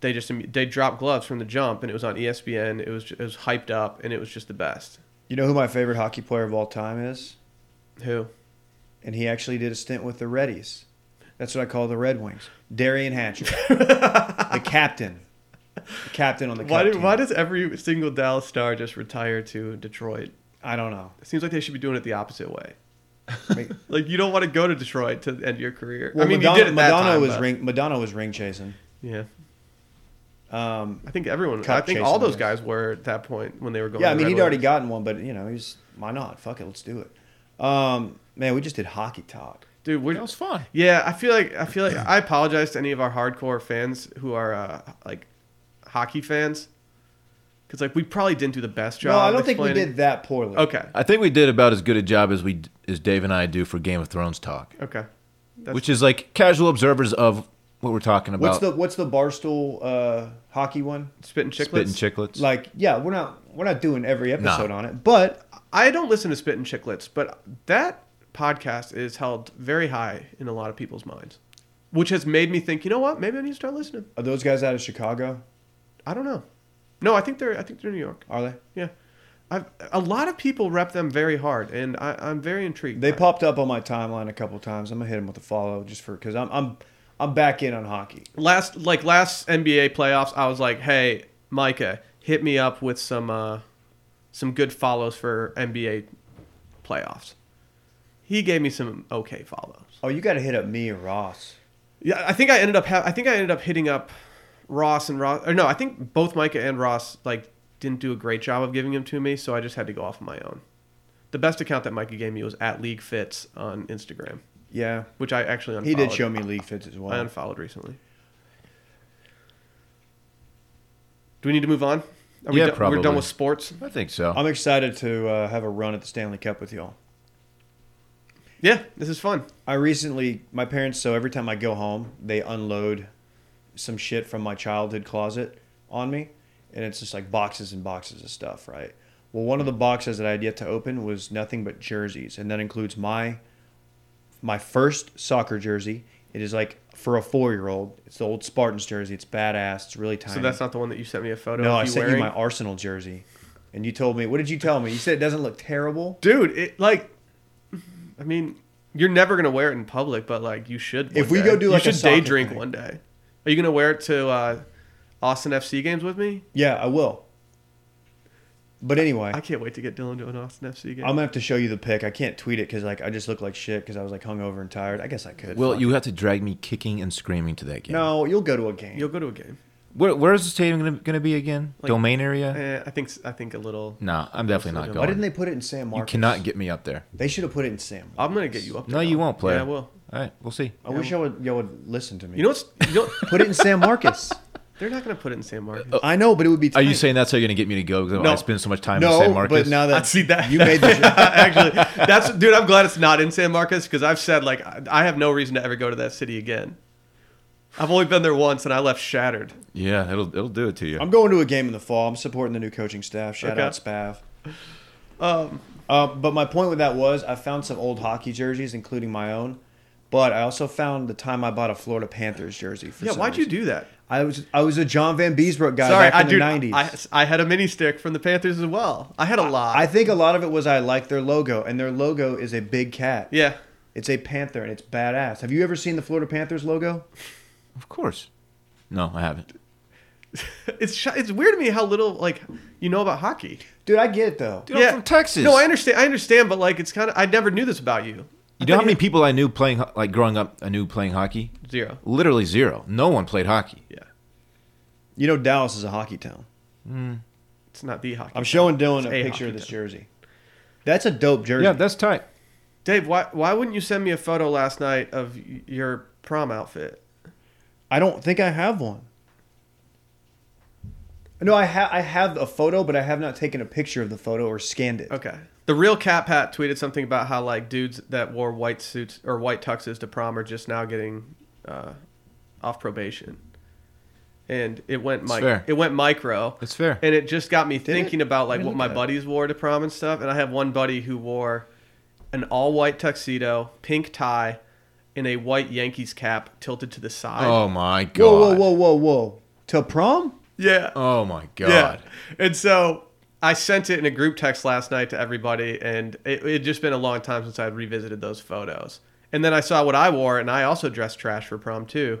they just they dropped gloves from the jump, and it was on E ESPN. It was it was hyped up, and it was just the best.
You know who my favorite hockey player of all time is?
Who?
And he actually did a stint with the Reddies. That's what I call the Red Wings. Darian Hatcher, the captain, the captain on the.
Why
cup
do,
team.
why does every single Dallas star just retire to Detroit?
I don't know.
It seems like they should be doing it the opposite way.
I mean,
Like you don't want to go to Detroit to end your career.
well,
I mean,
Madonna,
you did it that
Madonna
time,
was
but-
ring. Madonna was ring chasing.
Yeah,
Um,
I think everyone.
Cup
I think
chasing,
all those
yes.
guys were at that point when they were going.
yeah,
to
I mean,
Red
he'd already
Wings.
gotten one, but you know, he's why not? Fuck it, let's do it. Um, man, we just did hockey talk.
Dude, we're,
That was fun.
Yeah, I feel like I feel like I apologize to any of our hardcore fans who are uh, like hockey fans, because like we probably didn't do the best job.
No, I
of
don't think we
explaining-
did that poorly.
Okay,
I think we did about as good a job as we as Dave and I do for Game of Thrones talk,
okay. That's-
which is like casual observers of what we're talking about.
What's the what's the barstool uh, hockey one?
Spit and
spitting
chicklets.
chicklets?
Like, yeah, we're not we're not doing every episode on it, but
I don't listen to Spit and Chicklets, but that podcast is held very high in a lot of people's minds, which has made me think. You know what? Maybe I need to start listening.
are those guys out of Chicago?
I don't know. No, I think they're I think they're New York.
Are they?
Yeah, I've, a lot of people rep them very hard, and I, I'm very intrigued.
They
by it.
popped up on my timeline a couple times. I'm gonna hit them with a follow just for because I'm I'm I'm back in on hockey.
last like last NBA playoffs, I was like, "Hey, Micah, hit me up with some uh, some good follows for NBA playoffs." He gave me some okay follows.
Oh, you got to hit up me or Ross.
Yeah, I think I ended up ha- I think I ended up hitting up Ross and Ross. Or no, I think both Micah and Ross like didn't do a great job of giving them to me, so I just had to go off on my own. The best account that Micah gave me was at League Fits on Instagram,
Yeah,
which I actually
he
unfollowed.
did show me league fits as
I
well.
unfollowed recently. Do we need to move on? Are we
Yeah,
done- We're
probably.
done with sports.
I think so.
I'm excited to uh, have a run at the Stanley Cup with y'all.
Yeah, this is fun.
I recently, my parents, so every time I go home, they unload some shit from my childhood closet on me. And it's just like boxes and boxes of stuff, right? Well, one of the boxes that I had yet to open was nothing but jerseys. And that includes my my first soccer jersey. It is like for a four year old. It's the old Spartans jersey. It's badass. It's really tiny.
So that's not the one that you sent me a photo.
No,
of
I
you
sent
wearing.
you my Arsenal jersey. And you told me, what did you tell me? You said it doesn't look terrible.
dude. It like, I mean, you're never gonna wear it in public, but like you should. one
If we go
day.
do,
you
like, a
should day
soccer
drink
thing.
one day. Are you gonna wear it to uh, Austin FC games with me?
Yeah, I will. But anyway.
I can't wait to get Dylan to an Austin FC game.
I'm gonna have to show you the pic. I can't tweet it because like I just look like shit because I was like hungover and tired. I guess I could.
Will
Fuck.
you have to drag me kicking and screaming to that game?
No, you'll go to a game.
You'll go to a game.
Where, where is the stadium going to be again?
Like-
Domain area?
Eh, I think s- I think a little.
No, I'm definitely not
Why
going.
Why didn't they put it in
you
San Marcos?
cannot get me up there.
They should have put it in San. Marcos.
I'm gonna get you up.
No,
there,
you
though.
won't, player.
Yeah, I will.
All right, we'll see.
I wish I would. Y'all would listen to me.
You know what's? You know,
put it in San Marcos.
they're not gonna put it in San Marcos.
I know, but it would be.
Oh. Are you
tight.
saying that's how you're going to get me to go? Because
No.
I spend so much time
no?
in San Marcos.
But now that
I'd see that.
you made the joke.
actually that's dude i'm glad it's not in san marcos because i've said like I- i have no reason to ever go to that city again i've only been there once and i left shattered
yeah, it'll it'll do it to you.
I'm going to a game in the fall. I'm supporting the new coaching staff. Shout
Okay.
out Spav.
um
Uh, but my point with that was I found some old hockey jerseys, including my own. But I also found the time I bought a Florida Panthers jersey. For
yeah
some
why'd
reason.
you do that
I was I was a John Van Beesbrook guy
sorry
back
i
in the
dude,
nineties.
I, I had a mini stick from the panthers as well i had a lot
I think a lot of it was I liked their logo, and their logo is a big cat.
yeah
It's a panther, and it's badass. Have you ever seen the Florida Panthers logo?
of course. No, I haven't.
It's sh- it's weird to me how little like you know about hockey.
Dude, I get it though.
Dude, I'm from Texas.
No, I understand. I understand, but like it's kind of I never knew this about you.
You know how many people I knew playing ho- like growing up? I knew playing hockey.
Zero.
Literally zero. No one played hockey.
Yeah,
You know Dallas is a hockey town.
it's not the hockey.
I'm showing Dylan
It's
a
a
picture of
hockey
this
town.
jersey. That's a dope jersey.
Yeah, that's tight.
Dave, why why wouldn't you send me a photo last night of y- your prom outfit?
I don't think I have one. No, I have I have a photo, but I have not taken a picture of the photo or scanned it.
Okay. The real Cat Pat tweeted something about how like dudes that wore white suits or white tuxes to prom are just now getting uh, off probation. And it went
It's
mic-
fair.
it went micro.
That's fair.
And it just got me
it?
thinking about like
Let me
what
look
my
at it.
buddies wore to prom and stuff. And I have one buddy who wore an all white tuxedo, pink tie, and a white Yankees cap tilted to the side.
Oh my god.
Whoa, whoa, whoa, whoa, whoa. To prom?
Yeah.
Oh my god.
Yeah. And so I sent it in a group text last night to everybody, and it it had just been a long time since I'd revisited those photos. And then I saw what I wore, and I also dressed trash for prom too.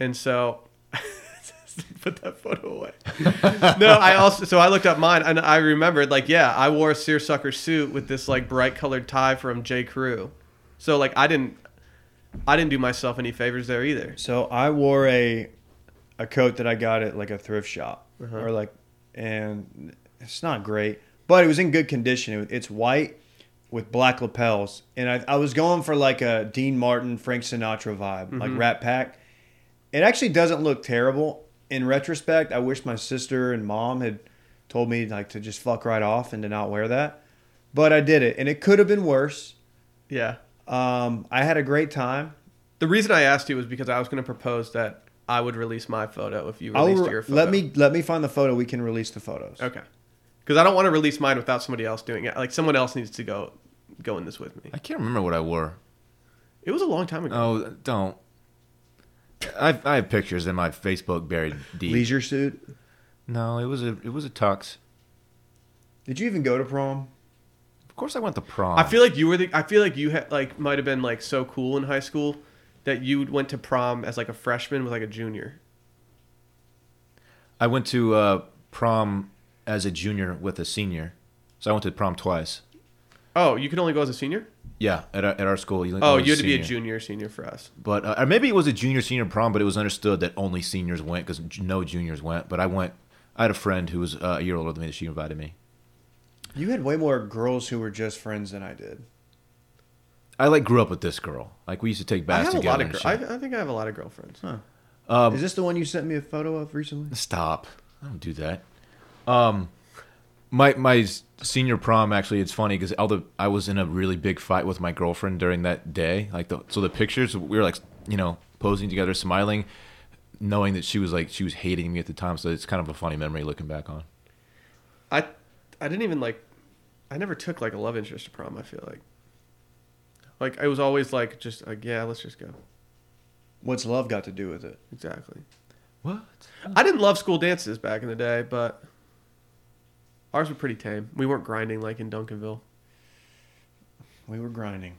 And so put that photo away. no, I also so I looked up mine and I remembered like yeah, I wore a seersucker suit with this like bright colored tie from J Crew. So like I didn't I didn't do myself any favors there either.
So I wore a a coat that I got at like a thrift shop or like, and it's not great, but it was in good condition. It, it's white with black lapels, and I, I was going for like a Dean Martin, Frank Sinatra vibe, like Rat Pack. It actually doesn't look terrible. In retrospect, I wish my sister and mom had told me like to just fuck right off and to not wear that, but I did it, and it could have been worse.
Yeah.
Um, I had a great time.
The reason I asked you was because I was going to propose that I would release my photo if you
I'll
released
re-
your photo.
let me let me find the photo. We can release the photos.
Okay. Because I don't want to release mine without somebody else doing it. Like someone else needs to go go in this with me.
I can't remember what I wore.
It was a long time ago.
Oh, don't. I I have pictures in my Facebook buried deep.
Leisure suit.
No, it was a it was a tux.
Did you even go to prom?
Of course, I went to prom.
I feel like you were the. I feel like you had like might have been like so cool in high school that you went to prom as like a freshman with like a junior.
I went to uh, prom as a junior with a senior, so I went to prom twice.
Oh, you could only go as a senior.
Yeah, at our, at our school. You
Oh,
only
you had to be a
senior.
junior senior for us.
But uh, or maybe it was a junior senior prom, but it was understood that only seniors went because no juniors went. But I went. I had a friend who was uh, a year older than me. that She invited me.
You had way more girls who were just friends than I did.
I like grew up with this girl. Like we used to take
I
baths
have a
together.
lot of.
and
Gir-
shit.
I, I think I have a lot of girlfriends. Um,
Is this the one you sent me a photo of recently?
Stop. I don't do that. Um, my my s- senior prom actually, it's funny because all the I was in a really big fight with my girlfriend during that day. Like the so the pictures we were like you know posing together, smiling, knowing that she was like she was hating me at the time. So it's kind of a funny memory looking back on.
I I didn't even like I never took like a love interest to prom, I feel like. Like I was always like just like yeah, let's just go.
What's love got to do with it?
Exactly.
What?
I didn't love school dances back in the day, but ours were pretty tame. We weren't grinding like in Duncanville.
We were grinding.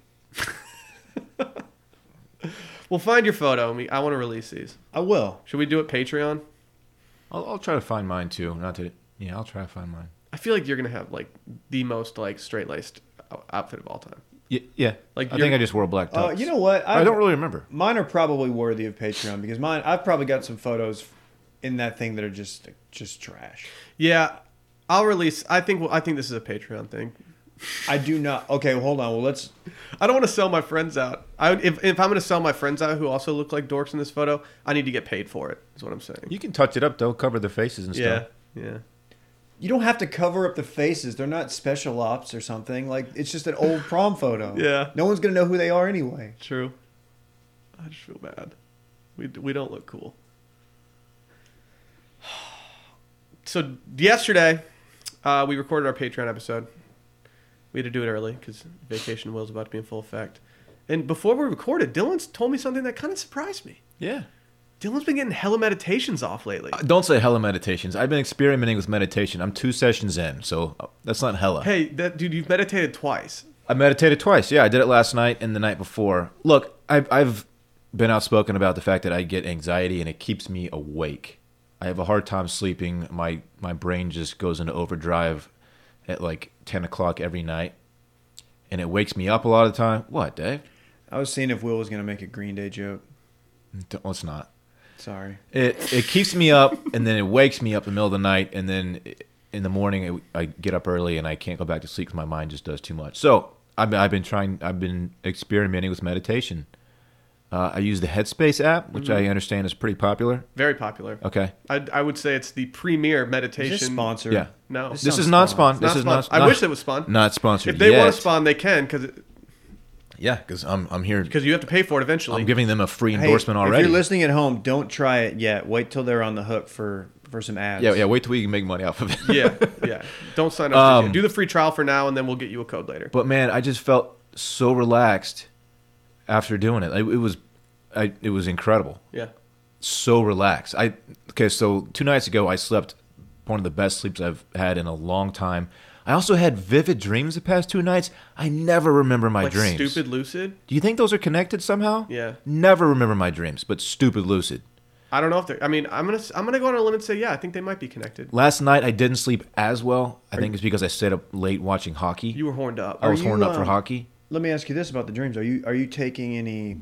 Well, find your photo. and We, I want to release these.
I will.
Should we do it Patreon?
I'll, I'll try to find mine too. Not to yeah, I'll try to find mine.
I feel like you're gonna have like the most like straight laced outfit of all time.
Yeah, yeah.
Like
Like I
you're-
think I just wore a black
Uh,
tux.
you know what?
I don't really remember.
Mine are probably worthy of Patreon because mine. I've probably got some photos in that thing that are just just trash.
Yeah, I'll release. I think. Well, I think this is a Patreon thing.
I do not. Okay, well, hold on. Well, let's.
I don't want to sell my friends out. I if, if I'm going to sell my friends out who also look like dorks in this photo, I need to get paid for it. Is what I'm saying.
You can touch it up though, cover the faces and
yeah,
stuff.
yeah.
You don't have to cover up the faces. They're not special ops or something. Like it's just an old prom photo.
Yeah.
No one's gonna know who they are anyway.
True. I just feel bad. We we don't look cool. So yesterday, uh, we recorded our Patreon episode. We had to do it early because vacation will's about to be in full effect. And before we recorded, Dylan's told me something that kind of surprised me.
Yeah.
Dylan's been getting hella meditations off lately.
Uh, Don't say hella meditations. I've been experimenting with meditation. I'm two sessions in, so uh, that's not hella.
Hey, that dude, you've meditated twice.
I meditated twice. Yeah, I did it last night and the night before. Look, I've, I've been outspoken about the fact that I get anxiety and it keeps me awake. I have a hard time sleeping. My my brain just goes into overdrive at like ten o'clock every night, and it wakes me up a lot of the time. What, Dave?
I was seeing if Will was gonna make a Green Day joke.
Don't- Let's not.
Sorry.
It it keeps me up, and then it wakes me up in the middle of the night, and then i- in the morning I I get up early and I can't go back to sleep because my mind just does too much. So I've been, I've been trying, I've been experimenting with meditation. Uh, I use the Headspace app, which
Mm-hmm.
I understand is pretty popular.
Very popular.
Okay,
I, I would say it's the premier
Is this
meditation.
sponsored?
yeah.
No.
This
This
sounds
is not
spawn.
spawn. This
Not
is not.
spawn. I
not-
wish it was spawn.
Not sponsored.
If they want
yet.
to spawn, they can because
yeah, because I'm I'm here.
you have to pay for it eventually.
I'm giving them a free
Hey,
endorsement already.
If you're listening at home, don't try it yet. Wait till they're on the hook for for some ads.
yeah, yeah. Wait till we can make money off of it.
yeah, yeah. Don't sign up. for it
Um,
yet. Do the free trial for now, and then we'll get you a code later.
But man, I just felt so relaxed after doing it. It, it was, I, it was incredible.
Yeah.
So relaxed. I okay. So two nights ago, I slept one of the best sleeps I've had in a long time. I also had vivid dreams the past two nights. I never remember my
Like
dreams.
stupid lucid.
Do you think those are connected somehow?
Yeah.
Never remember my dreams, but stupid lucid.
I don't know if they're. I mean, I'm gonna. s- I'm gonna go on a limb and say, yeah, I think they might be connected.
Last night I didn't sleep as well. I think it's because I stayed up late watching hockey.
You were horned up.
I was
Are
horned
you,
up for
um,
hockey.
Let me ask you this about the dreams. Are you are you taking any?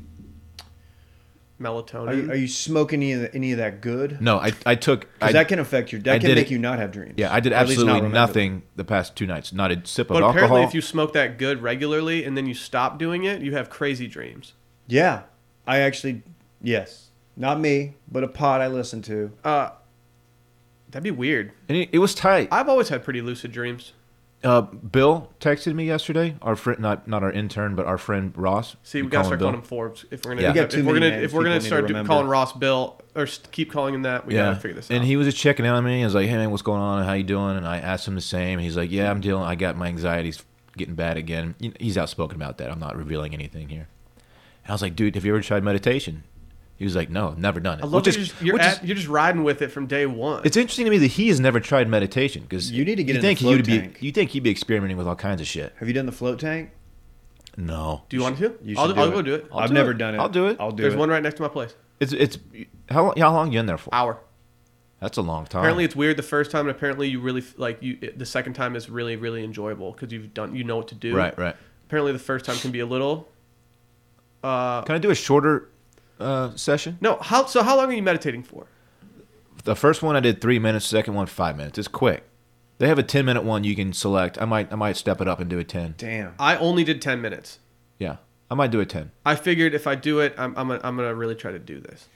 Melatonin.
Are you, are you smoking any of, the, any of that good?
No, I I took I,
Because that can affect your. That
I
can
did
make
it-
you not have dreams.
yeah I did
Or at least not
absolutely
remember them.
nothing the past two nights. Not a sip of
but
alcohol.
apparently, if you smoke that good regularly and then you stop doing it, you have crazy dreams.
Yeah, I actually yes, not me, but a pod I listened to.
Uh, that'd be weird.
And it, it was tight.
I've always had pretty lucid dreams.
Uh, Bill texted me yesterday. Our friend, not not our intern, but our friend Ross.
See, we gotta start
him
calling him Forbes if we're gonna.
Yeah.
if
We
got too
if we're
many
gonna if
names
we're gonna
people need
start
to
do-
remember.
calling Ross Bill or s- keep calling him that, we gotta figure this out.
And he was just checking in on me. I was like, "Hey man, what's going on? How you doing?" And I asked him the same. He's like, "Yeah, I'm dealing. I got my anxieties getting bad again." You know, He's outspoken about that. I'm not revealing anything here. And I was like, "Dude, have you ever tried meditation?" He was like, "No, I've never done it."
I love
Which
that you're,
is-
just, you're,
which is-
at, you're just riding with it from day one.
it's interesting to me that he has never tried meditation because
You need to get in the
think
flow
he'd be
tank.
you think he'd be experimenting with all kinds of shit.
Have you done the float tank?
No,
do you want to?
You should
I'll,
do
I'll
it.
go do it.
I'll
have
do
never
it.
done it.
I'll do it.
I'll do
There's
it.
one right next to my place.
it's it's how long how long you in there for?
Hour.
That's a long time.
Apparently, it's weird the first time, and apparently, you really f- like you. it- The second time is really, really enjoyable because you've done, you know what to do.
right, right.
Apparently, the first time can be a little. Uh,
Can I do a shorter uh, session?
no. How so? How long are you meditating for?
The first one I did three minutes. Second one five minutes. It's quick. They have a ten minute one you can select. I might I might step it up and do a ten.
Damn.
I only did ten minutes.
Yeah, I might do a ten.
I figured if I do it, I'm I'm gonna, I'm gonna really try to do this.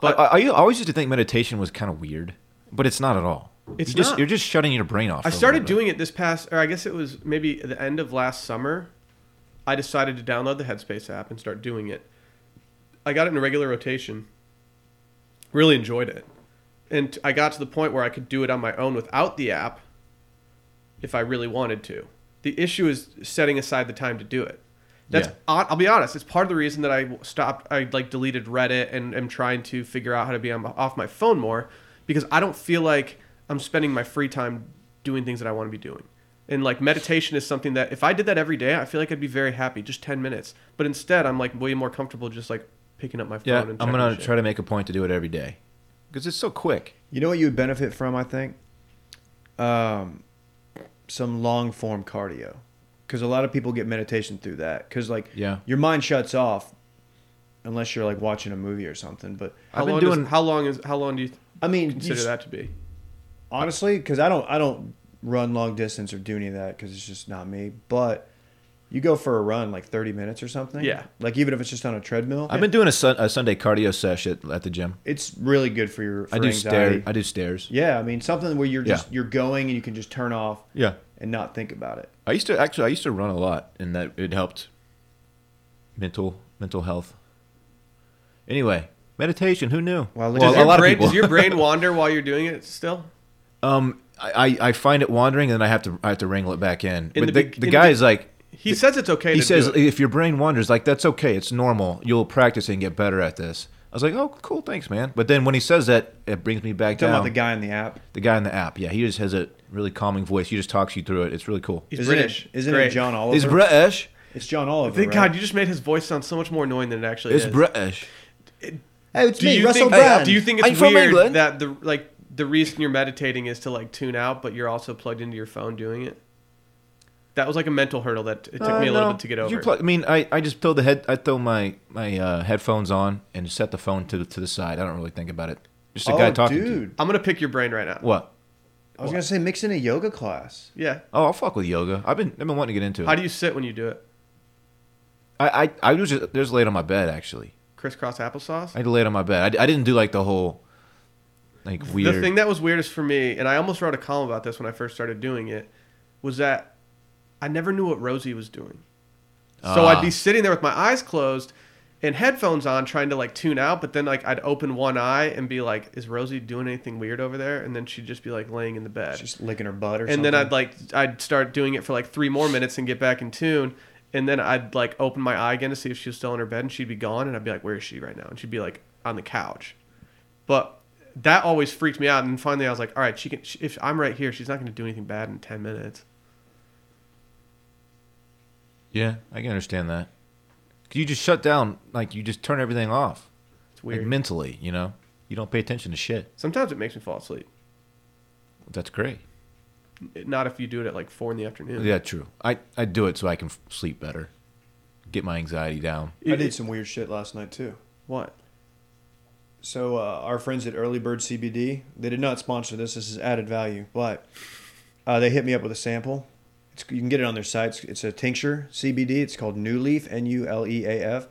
But
But-
I, I, I always used to think meditation was kind of weird, but it's not at all.
It's
you just
not.
you're just shutting your brain off.
I
for a
started
little bit.
doing it this past, or I guess it was maybe the end of last summer. I decided to download the Headspace app and start doing it. I got it in a regular rotation. Really enjoyed it, and I got to the point where I could do it on my own without the app, if I really wanted to. The issue is setting aside the time to do it. That's
Yeah.
hon- I'll be honest. It's part of the reason that I stopped. I like deleted Reddit and am trying to figure out how to be on, off my phone more because I don't feel like I'm spending my free time doing things that I want to be doing. And like meditation is something that if I did that every day, I feel like I'd be very happy, just ten minutes. But instead, I'm like way more comfortable just like picking up my phone.
Yeah,
and
I'm
checking
gonna
shit.
try to make a point to do it every day because it's so quick.
You know what you would benefit from? I think, um, some long form cardio, because a lot of people get meditation through that. Because like,
Yeah.
your mind shuts off, unless you're like watching a movie or something. But
How
I've been
long does-
doing-
how long is how long do you
I mean, you
consider
s-
that to be?
honestly because i don't i don't run long distance or do any of that because it's just not me but you go for a run like 30 minutes or something
Yeah.
like even if it's just on a treadmill
I've been doing a, sun, a Sunday cardio session at, at the gym.
it's really good for your for
I do
anxiety
stairs. I do stairs.
yeah i mean something where you're just
Yeah.
you're going and you can just turn off
Yeah.
and not think about it
I used to actually I used to run a lot and that it helped mental mental health. Anyway, meditation, who knew?
Well,
Well,
look- Does
a
your
lot
brain,
of people.
Does your brain wander while you're doing it still?
um I, I I find it wandering and then I have to I have to wrangle it back in.
In the
but the,
beg-
the
in
guy
the-
is like
He says it's okay.
he
to
says
do it.
if your brain wanders like that's okay, it's normal. You'll practice and get better at this. I was like, "Oh, cool, thanks, man." But then when he says that, it brings me back
talking
down.
about the guy in the app
the guy in the app. Yeah, he just has a really calming voice. He just talks you through it. It's really cool.
He's
isn't
British.
it isn't it
Great.
john oliver
He's British.
it's john oliver
Thank
right?
God, you just made his voice sound so much more annoying than it actually
It's
is.
British.
Hey, it's
Do
me,
you
Russell
think?
Brand.
Do you think
I'm
it's
from
weird
England.
that the like the reason you're meditating is to like tune out, but you're also plugged into your phone doing it? That was like a mental hurdle that it took
Uh,
me a little
no.
bit to get over.
You plug, I mean, I, I just throw the head. I throw my my uh, headphones on and set the phone to the, to the side. I don't really think about it. Just a
oh,
guy talking. to you.
dude.
I'm gonna pick your brain right now.
What?
I was gonna say mix in a yoga class.
Yeah.
Oh, I'll fuck with yoga. I've been I've been wanting to get into it.
How do you sit when you do it?
I I, I was just there's laid on my bed actually.
Crisscross applesauce.
I had to lay it on my bed. I, I didn't do like the whole like weird.
The thing that was weirdest for me, and I almost wrote a column about this when I first started doing it, was that I never knew what Rosie was doing. So
Ah.
I'd be sitting there with my eyes closed and headphones on trying to like tune out, but then like I'd open one eye and be like, is Rosie doing anything weird over there? And then she'd just be like laying in the bed.
Just licking her butt or
and
something.
then I'd like I'd start doing it for like three more minutes and get back in tune. And then I'd like open my eye again to see if she was still in her bed and she'd be gone and I'd be like, Where is she right now? And she'd be like on the couch. But that always freaked me out. And finally I was like, All right, she can she, if I'm right here, she's not gonna do anything bad in ten minutes.
yeah, I can understand that. 'Cause You just shut down, like you just turn everything off,
It's
like
weird.
mentally. You know, you don't pay attention to shit.
Sometimes it makes me fall asleep.
That's great.
Not if you do it at like four in the afternoon.
Yeah, true. I, I do it so I can f- sleep better, get my anxiety down.
I did some weird shit last night too.
What?
So uh, our friends at Early Bird CBD, they did not sponsor this. This is added value, but uh, they hit me up with a sample. It's, you can get it on their site. It's, it's a tincture CBD. It's called New Leaf N U L E A F.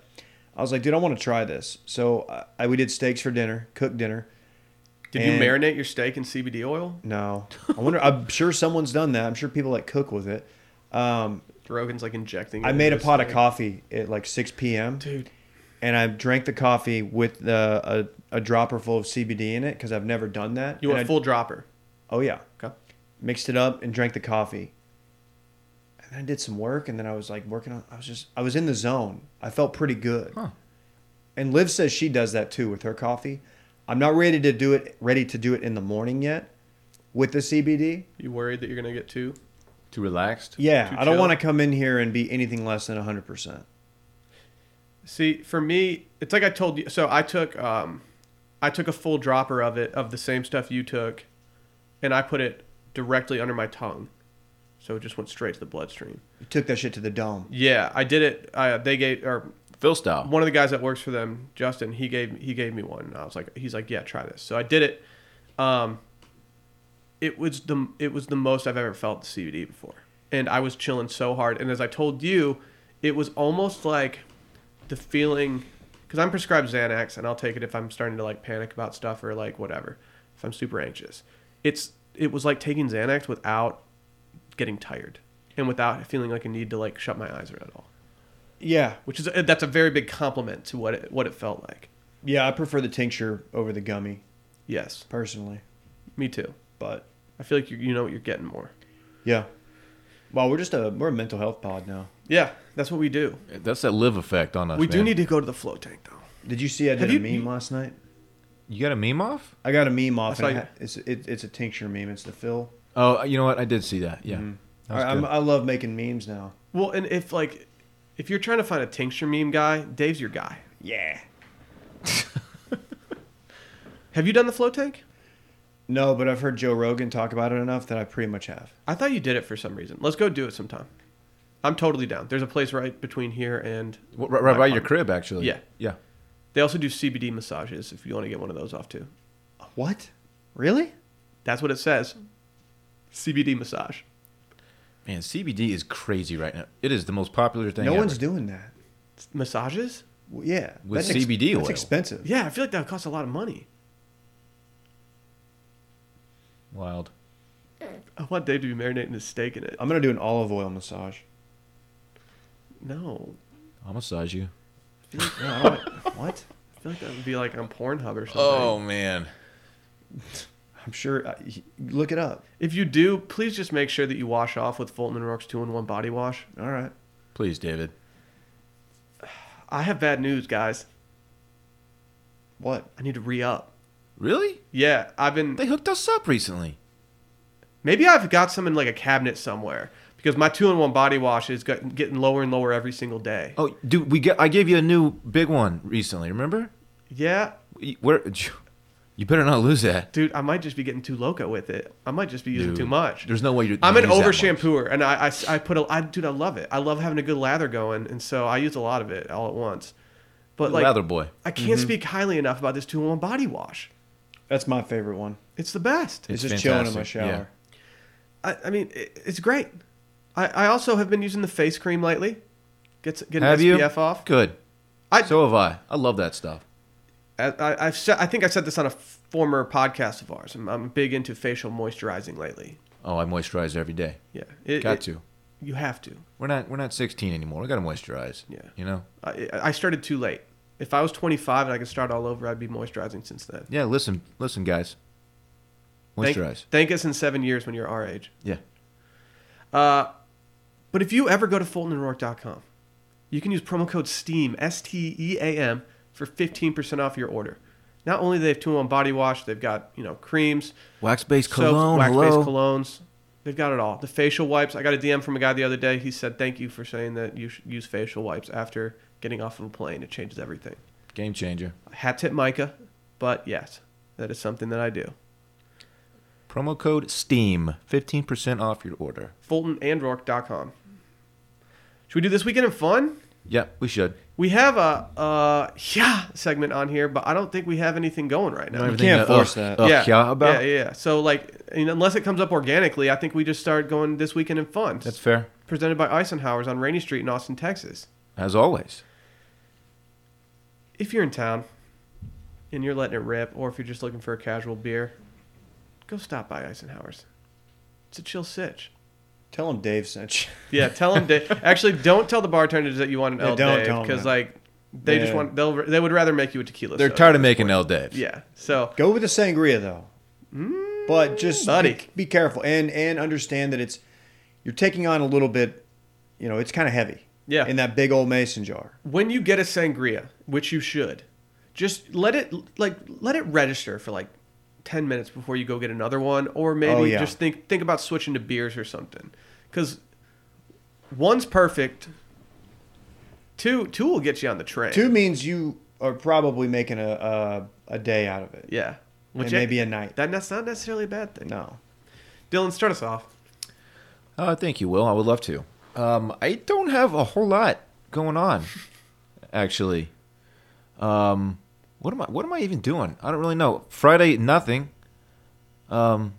I was like, dude, I want to try this. So I, I we did steaks for dinner, cooked dinner.
Did
And-
you marinate your steak in CBD oil?
No, I wonder. I'm sure someone's done that. I'm sure people that cook with it. Um,
Rogan's like injecting. it
I
into
made a
his
pot of
steak.
coffee at like 6 p.m.
Dude.
and I drank the coffee with the, a, a dropper full of CBD in it because I've never done that.
You
And
want
I-
full dropper?
Oh yeah.
Okay.
Mixed it up and drank the coffee. And then I did some work and then I was like working on I was just I was in the zone. I felt pretty good.
Huh.
And Liv says she does that too with her coffee. I'm not ready to do it ready to do it in the morning yet with the CBD.
You worried that you're gonna get two?
Too relaxed.
Yeah,
Too
I don't
chill?
want to come in here and be anything less than 100%.
See, for me, it's like I told you. So I took, um, I took a full dropper of it of the same stuff you took, and I put it directly under my tongue, so it just went straight to the bloodstream.
You took that shit to the dome.
Yeah, I did it. Uh, they gave or
Phil style.
one of the guys that works for them, Justin. He gave he gave me one. And I was like, he's like, yeah, try this. So I did it. Um, it was the it was the most I've ever felt CBD before, and I was chilling so hard. And as I told you, it was almost like the feeling because I'm prescribed Xanax, and I'll take it if I'm starting to like panic about stuff or like whatever, if I'm super anxious. It's it was like taking Xanax without getting tired and without feeling like a need to like shut my eyes at all
Yeah.
which is that's a very big compliment to what it, what it felt like.
Yeah, I prefer the tincture over the gummy
Yes,
personally,
me too.
but
I feel like you you know what you're getting more.
yeah. Well, we're just a we're a mental health pod now.
Yeah, that's what we do.
That's that live effect on us.
we do
man.
need to go to the flow tank though.
Did you see I did
Have
a
you-
meme
you-
last night?
You got a meme off?
I got a meme off.
I saw
And
you-
it ha- it's it, it's a tincture meme. It's the fill.
Oh, you know what? I did see that. Yeah. That was
I, I'm, uh,
good.
I love making memes now.
Well, and if like if you're trying to find a tincture meme guy, Dave's your guy.
Yeah.
Have you done the flow tank?
No, but I've heard Joe Rogan talk about it enough that I pretty much have.
I thought you did it for some reason. Let's go do it sometime. I'm totally down. There's a place right between here and
W- right, right by
my
your
apartment.
crib, actually.
Yeah.
Yeah.
They also do CBD massages if you want to get one of those off too.
What? Really?
That's what it says. CBD massage.
Man, CBD is crazy right now. It is the most popular thing.
no
ever.
one's doing that.
Massages?
Well, yeah.
With
that's ex-
CBD
that's
oil.
expensive.
Yeah, I feel like that would cost a lot of money.
wild.
I want Dave to be marinating his steak in it. Um,
I'm gonna do an olive oil massage.
No.
I'll massage you.
No, I don't- what?
I feel like that would be like on Pornhub or something.
Oh, man.
I'm sure. I, he- look it up.
If you do, please just make sure that you wash off with Fulton and Rourke's 2 in 1 body wash.
All right.
Please, David.
I have bad news, guys.
What?
I need to re up.
Really?
Yeah, I've been.
They hooked us up recently.
Maybe I've got some in like a cabinet somewhere because my 2 in 1 body wash is got- getting lower and lower every single day.
Oh, dude, we got. I gave you a new big one recently. Remember?
Yeah,
Where you better not lose that.
Dude, I might just be getting too loco with it. I might just be using
Dude,
too much.
There's no way you're.
I'm
you
an
use that
over
much.
shampooer, and I, I, I put a I, dude, I love it. I love having a good lather going, and so I use a lot of it all at once. But like,
Lather boy.
I can't speak highly enough about this two in one body wash.
That's my favorite one.
It's the best.
It's,
It's
just
fantastic,
chilling in my shower.
I, I mean, it, it's great. I, I also have been using the face cream lately. Gets get an
Have you?
SPF off.
Good.
I-
so have I. I love that stuff.
I, I, I've said, I think I said this on a former podcast of ours. I'm, I'm big into facial moisturizing lately.
Oh, I moisturize every day.
Yeah, it,
Got
it-
to.
You have to.
We're not we're not 16 anymore. We got to moisturize.
Yeah.
You know.
I, I started too late. If I was 25 and I could start all over, I'd be moisturizing since then.
Yeah. Listen, listen, guys.
Thank-
Moisturize.
Thank, us in seven years when you're our age.
Yeah.
Uh, but if you ever go to FultonandRourke.com, you can use promo code STEAM, S T E A M, for 15% off your order. Not only do they have two in one body wash, they've got, you know, creams,
Wax based
soaps,
cologne.
wax
hello.
based colognes. They've got it all. The facial wipes. I got a DM from a guy the other day. He said, Thank you for saying that you should use facial wipes after getting off of a plane. It changes everything.
Game changer.
Hat tip Micah, but yes, that is something that I do.
Promo code STEAM. 15% off your order.
FultonandRourke.com. Should we do this weekend in fun?
Yeah, we should.
We have a uh yeah segment on here, but I don't think we have anything going right now.
You
can't force that.
uh, yeah.
yeah,
about.
yeah, yeah. So like, you know, unless it comes up organically, I think we just start going this weekend in fun.
That's fair.
presented by Eisenhower's on Rainy Street in Austin, Texas.
As always.
If you're in town and you're letting it rip, or if you're just looking for a casual beer, go stop by Eisenhower's. It's a chill sitch.
Tell him Dave sent you.
Yeah, tell them. Da- Actually, don't tell the bartenders that you want an
Yeah,
L
don't
Dave
tell 'em
because
that.
like they just
Yeah.
want they'll they would rather make you a tequila.
They're
soda.
tired of making L Daves.
Yeah, so
Go with the sangria though. but just
buddy.
Be, be careful and and understand that it's you're taking on a little bit. You know, it's kind of heavy.
Yeah.
In that big old mason jar.
when you get a sangria, which you should, just let it like let it register for like ten minutes before you go get another one, or maybe
Oh, yeah.
just think think about switching to beers or something, because one's perfect. Two two will get you on the train.
Two means you are probably making a a, a day out of it.
yeah,
and maybe a night.
That, that's not necessarily a bad thing.
no.
Dylan, start us off.
Uh, thank you, Will. I would love to. Um, I don't have a whole lot going on, actually. Um, what am I? What am I even doing? I don't really know. Friday, nothing. Um,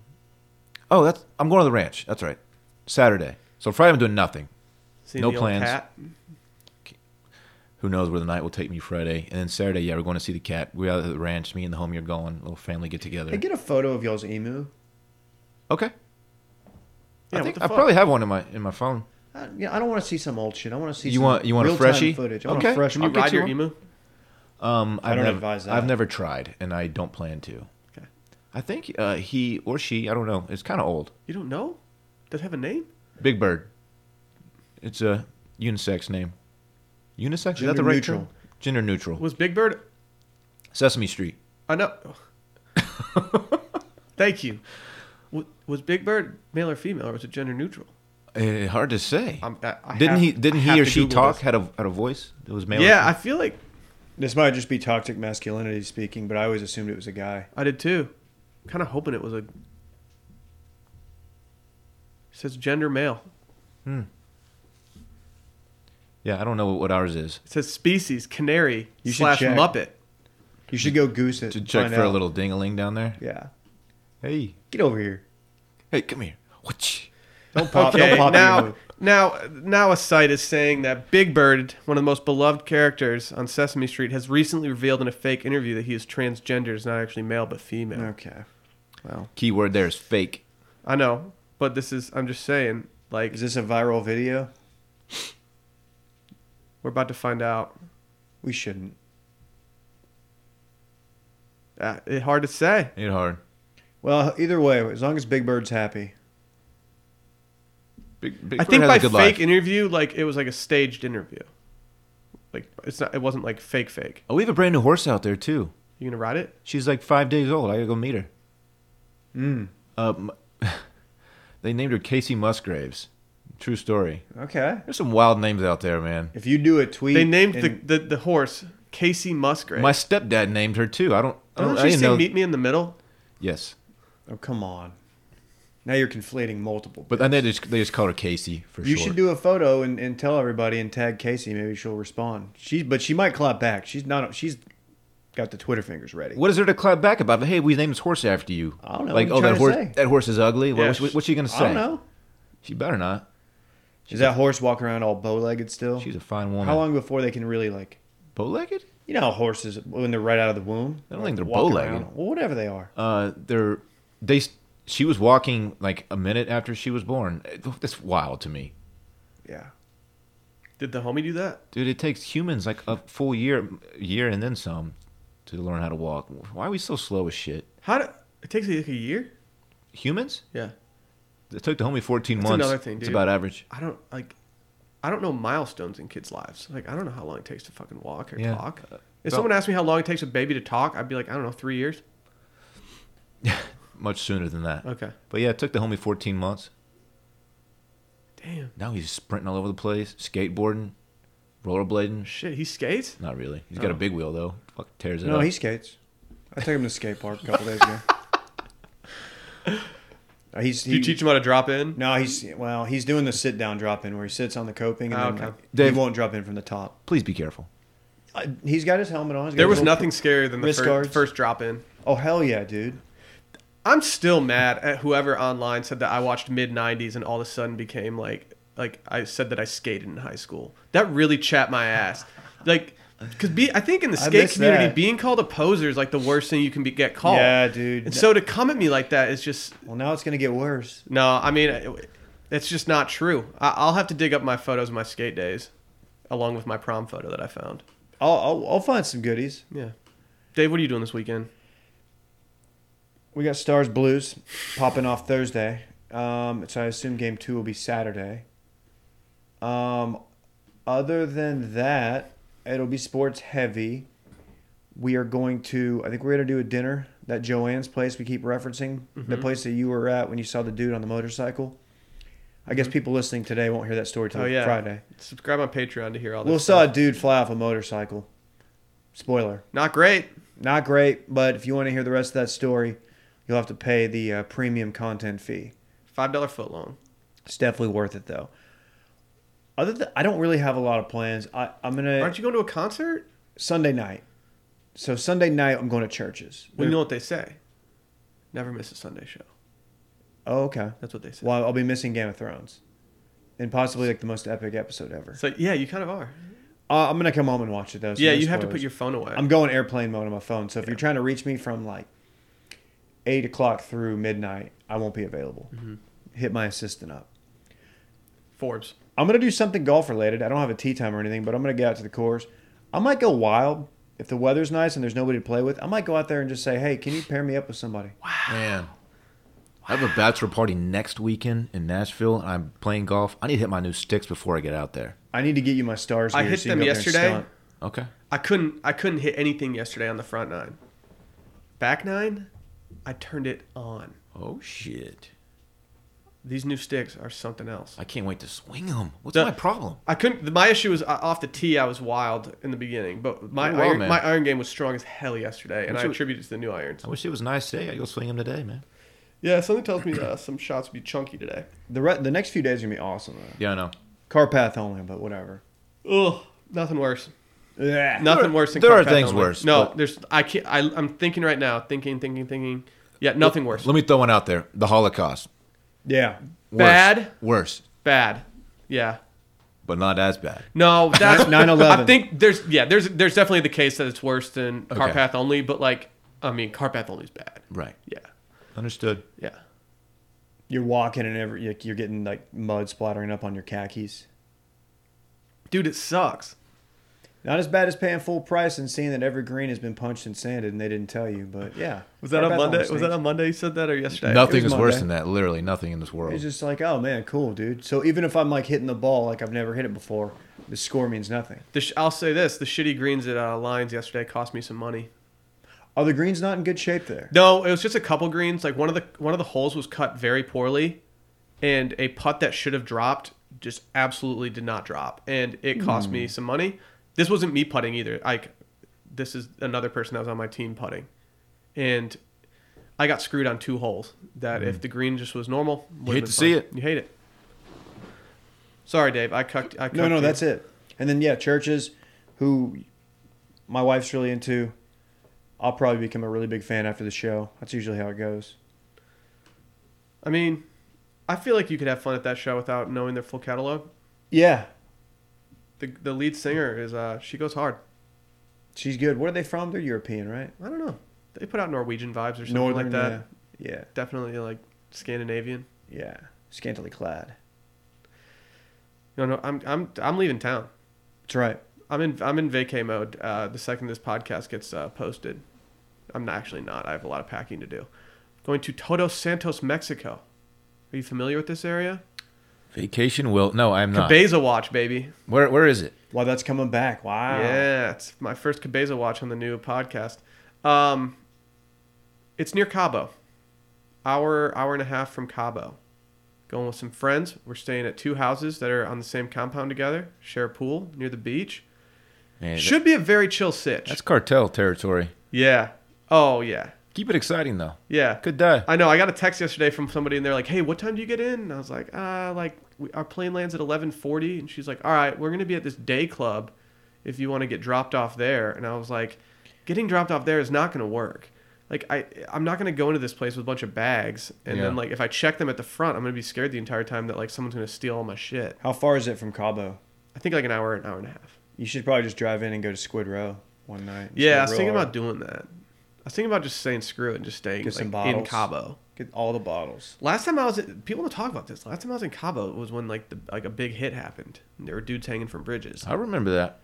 oh, that's I'm going to the ranch. That's right. Saturday. So Friday, I'm doing nothing.
Seeing
No
the old
plans.
cat.
Who knows where the night will take me Friday? And then Saturday, yeah, we're going to see the cat. We're out at the ranch. Me and the homie are going. Little family get together.
Hey, get a photo of y'all's emu.
Okay.
Yeah,
I
what
think
the
I
fuck?
probably have one in my in my phone.
I, yeah, I don't want to see some old shit. I want to see
You
some
want- you want a
real-time
freshie?
footage. I want
Okay.
a fresh.
Can you
I'll get
ride
you
your
one.
emu?
Um, I've
don't
never,
advise that.
I've never tried, and I don't plan to.
Okay.
I think uh, he or she, I don't know, is kind of old.
You don't know? Does it have a name?
Big Bird. It's a unisex name. Unisex? is that
Gender
the right
neutral.
term? Gender neutral.
Was Big Bird?
Sesame Street.
I know. Thank you. W- Was Big Bird male or female, or was it gender neutral?
Eh, hard to say.
I'm- I- I
didn't
have-
he? Didn't
I have
he or
to
she
Google
talk?
this.
Had a had a voice? It was male. or
Yeah,
female?
I feel like
This might just be toxic masculinity speaking, but I always assumed it was a guy.
I did too. Kind of hoping it was a. It says gender male.
yeah. I don't know what ours is.
It says species canary
You should
slash
check.
Muppet.
You should go goose it.
To check
find
for a
out.
little ding-a-ling down there.
Yeah.
Hey,
Get over here.
hey, come here. Whatch.
Don't pop.
okay,
don't pop
now,
emu.
now, now, a site is saying that Big Bird, one of the most beloved characters on Sesame Street, has recently revealed in a fake interview that he is transgender, is not actually male but female.
Okay. Well,
Keyword there is fake.
I know, but this is. I'm just saying. Like
is this a viral video?
we're about to find out.
We shouldn't.
Uh, it, hard to say.
Ain't hard.
Well, either way, as long as Big Bird's happy.
Big, Big
I
Bird
think
has
by
a good
fake
life.
interview, like it was like a staged interview. Like it's not. It wasn't like fake. Fake.
oh, we have a brand new horse out there too.
You gonna ride it?
She's like five days old. I gotta go meet her. Um, they named her Casey Musgraves. True story.
Okay.
There's some wild names out there, man.
If you do a tweet,
They named
and-
the, the the horse Casey Musgrave.
My stepdad named her too. I don't. I
Don't
don't.
you
oh, I didn't
see
know.
Meet Me in the Middle?
Yes,
Oh, come on. Now you're conflating multiple.
but then they just they just called her Casey for
you
short.
should do a photo and, and tell everybody and tag Casey. Maybe she'll respond. She, but she might clap back. She's not. She's got the Twitter fingers ready.
What is there to clap back about? Hey, we named this horse after you.
I don't know.
Like,
What you
oh, that
trying to
horse,
say?
that horse is ugly. What-
Yeah.
What's, what's she gonna say?
I don't know.
She better not.
Is that horse walking around all bow-legged still?
She's a fine woman.
How long before they can really like?
Bow-legged?
You know how horses when they're right out of the womb.
I don't think they're
walking
bow-legged.
around- Well, whatever they are.
Uh, they're they. She was walking like a minute after she was born. That's wild to me,
Yeah.
Did the homie do that?
dude. It takes humans like a full year, year and then some, to learn how to walk. Why are we so slow as shit?
How do, it takes like a year?
Humans?
Yeah.
It took the homie 14
That's
months.
another thing,
It's
dude.
about average.
I don't like. I don't know milestones in kids' lives. Like I don't know how long it takes to fucking walk or
Yeah.
talk. If
well-
someone asked me how long it takes a baby to talk, I'd be like, I don't know, three years.
Much sooner than that.
Okay.
But yeah, it took the homie 14 months.
Damn.
Now he's sprinting all over the place, skateboarding, rollerblading.
Shit, he skates.
Not really. He's got a
Oh.
big wheel though. Fuck tears it
No,
up.
he skates. I took him to the skate park a couple days ago. Uh, he's
Do you
he-
teach him how to drop in?
No, he's well. He's doing the sit down drop in where he sits on the coping and
Oh,
then,
okay.
like,
Dave-
he won't drop in from the top.
Please be careful.
Uh, he's got his helmet on. he's got
There
his
was
little-
nothing scarier than the
wrist
fir-
guards.
first drop in.
Oh hell yeah, dude!
I'm still mad at whoever online said that I watched mid '90s and all of a sudden became like like I said that I skated in high school. That really chapped my ass. Like, cause be, I think in the
I
skate
miss
community,
that.
being called a poser is like the worst thing you can be get called.
Yeah, dude.
And so to come at me like that is just
Well, now it's gonna get worse.
no. I mean, it- it's just not true. I, I'll have to dig up my photos of my skate days, along with my prom photo that I found.
I'll I'll, I'll find some goodies.
Yeah, Dave, what are you doing this weekend?
We got Stars Blues popping off Thursday. Um, so I assume game two will be Saturday. Um, other than that, it'll be sports heavy. We are going to, I think we're going to do a dinner at Joanne's place we keep referencing, the
Mm-hmm.
place that you were at when you saw the dude on the motorcycle. I guess people listening today won't hear that story till
Mm-hmm. Oh yeah,
Friday.
Subscribe on Patreon to hear all this.
We'll saw
stuff.
a dude fly off a motorcycle. Spoiler.
Not great.
Not great, but if you want to hear the rest of that story, you'll have to pay the uh, premium content fee.
Five dollar foot long.
It's definitely worth it though. Other than I don't really have a lot of plans. I, I'm gonna
Aren't you going to a concert?
Sunday night. So Sunday night I'm going to churches.
We know what they say. Never miss a Sunday show.
Oh, okay.
That's what they say.
Well, I'll be missing Game of Thrones, and possibly like the most epic episode ever.
So yeah, you kind of are.
Uh, I'm gonna come home and watch it though. so
yeah,
no
you have to
spoilers.
put your phone away.
I'm going airplane mode on my phone. So if you're trying to reach me from like eight o'clock through midnight, I won't be available.
Mm-hmm.
Hit my assistant up.
Forbes.
I'm gonna do something golf related. I don't have a tee time or anything, but I'm gonna get out to the course. I might go wild if the weather's nice and there's nobody to play with. I might go out there and just say, "Hey, can you pair me up with somebody?"
Man. I have a bachelor party next weekend in Nashville, and I'm playing golf. I need to hit my new sticks before I get out there.
I need to get you my stars.
I
here
hit
so you can
them
go out there and
yesterday.
stunt."
Okay.
I couldn't. I couldn't hit anything yesterday on the front nine. Back nine, I turned it on.
Oh shit!
These new sticks are something else.
I can't wait to swing them. What's
The-
my problem?
I couldn't. My issue was uh, off the tee. I was wild in the beginning, but my
Oh,
You're wild,
iron,
man.
my iron game was strong as hell yesterday, and
Which
I
was-
attribute it to the new irons.
I wish it was nice today. I go swing them today, man.
Yeah, something tells me that some shots would be chunky today.
The re- the next few days are gonna be awesome. Though.
Yeah, I know.
Car path only, but whatever.
Ugh, nothing worse.
Yeah.
Nothing
There are-
worse than
there are
Carpet
things
only.
worse,
No,
but-
there's. I can't. I, I'm thinking right now. Thinking, thinking, thinking. Yeah, nothing worse.
Let me throw one out there: the Holocaust.
Yeah.
Worse.
Bad.
Worse,
Bad. Yeah.
but not as bad.
No, that's
9/11.
I think there's yeah, there's there's definitely the case that it's worse than
Okay.
Carpath only, but like I mean Carpath only is bad.
Right.
Yeah.
Understood.
Yeah.
You're walking and every you're- you're getting like mud splattering up on your khakis.
Dude, it sucks.
Not as bad as paying full price and seeing that every green has been punched and sanded and they didn't tell you, but yeah.
Was that
Car
on
path
Monday?
only
Was that
stinks.
on Monday you said that or yesterday?
Nothing
It was
is worse
Monday.
than that. Literally, nothing in this world.
It's just like, oh man, cool, dude. So even if I'm like hitting the ball like I've never hit it before, the score means nothing.
The sh- I'll say this, the shitty greens at uh, Lions yesterday cost me some money.
Are the greens not in good shape there?
No, it was just a couple greens. Like one of the one of the holes was cut very poorly, and a putt that should have dropped
Hmm.
just absolutely did not drop, and it cost me some money. This wasn't me putting either. Like this is another person that was on my team putting, and I got screwed on two holes. That if the green just was normal, would
Hmm. hate to see it.
You hate it. Sorry, Dave. I cucked. I cucked
No, no, that's it. And then yeah, churches who my wife's really into. I'll probably become a really big fan after the show. That's usually how it goes.
I mean, I feel like you could have fun at that show without knowing their full catalog.
Yeah,
The the lead singer is uh she goes hard.
she's good. Where are they from? They're European, right?
I don't know. They put out Norwegian vibes or something like that.
Yeah,
Definitely like Scandinavian.
yeah, yeah. Scantily clad.
No, no, I'm I'm I'm leaving town.
That's right.
I'm in I'm in vacay mode. Uh, the second this podcast gets uh, posted, I'm not, actually not. I have a lot of packing to do. Going to Todos Santos, Mexico. Are you familiar with this area?
Vacation will no, I'm not.
Cabeza watch, baby.
Where where is it?
Wow, that's coming back. Wow.
Yeah, it's my first Cabeza watch on the new podcast. Um, it's near Cabo, hour hour and a half from Cabo. Going with some friends. We're staying at two houses that are on the same compound together. Share a pool near the beach.
Man, that-
Should be a very chill sitch.
that's cartel territory.
yeah. Oh yeah.
Keep it exciting though.
Yeah.
Could die.
I know. I got a text yesterday from somebody, and they're like, "Hey, what time do you get in?" And I was like, "Uh, like we, our plane lands at 11:40." And she's like, "All right, we're gonna be at this day club, if you want to get dropped off there." And I was like, "Getting dropped off there is not gonna work. Like I, I'm not gonna go into this place with a bunch of bags, and then
Yeah.
like if I check them at the front, I'm gonna be scared the entire time that like someone's gonna steal all my shit.
How far is it from Cabo?
I think like an hour, an hour and a half.
You should probably just drive in and go to Squid Row one night.
yeah, I was
Squid Row
thinking
or
about doing that. I was thinking about just saying screw it and just staying
Get some
like, in
bottles.
Cabo.
get all the bottles.
Last time I was, people don't talk about this. Last time I was in Cabo was when like the like a big hit happened. And there were dudes hanging from bridges.
I remember that.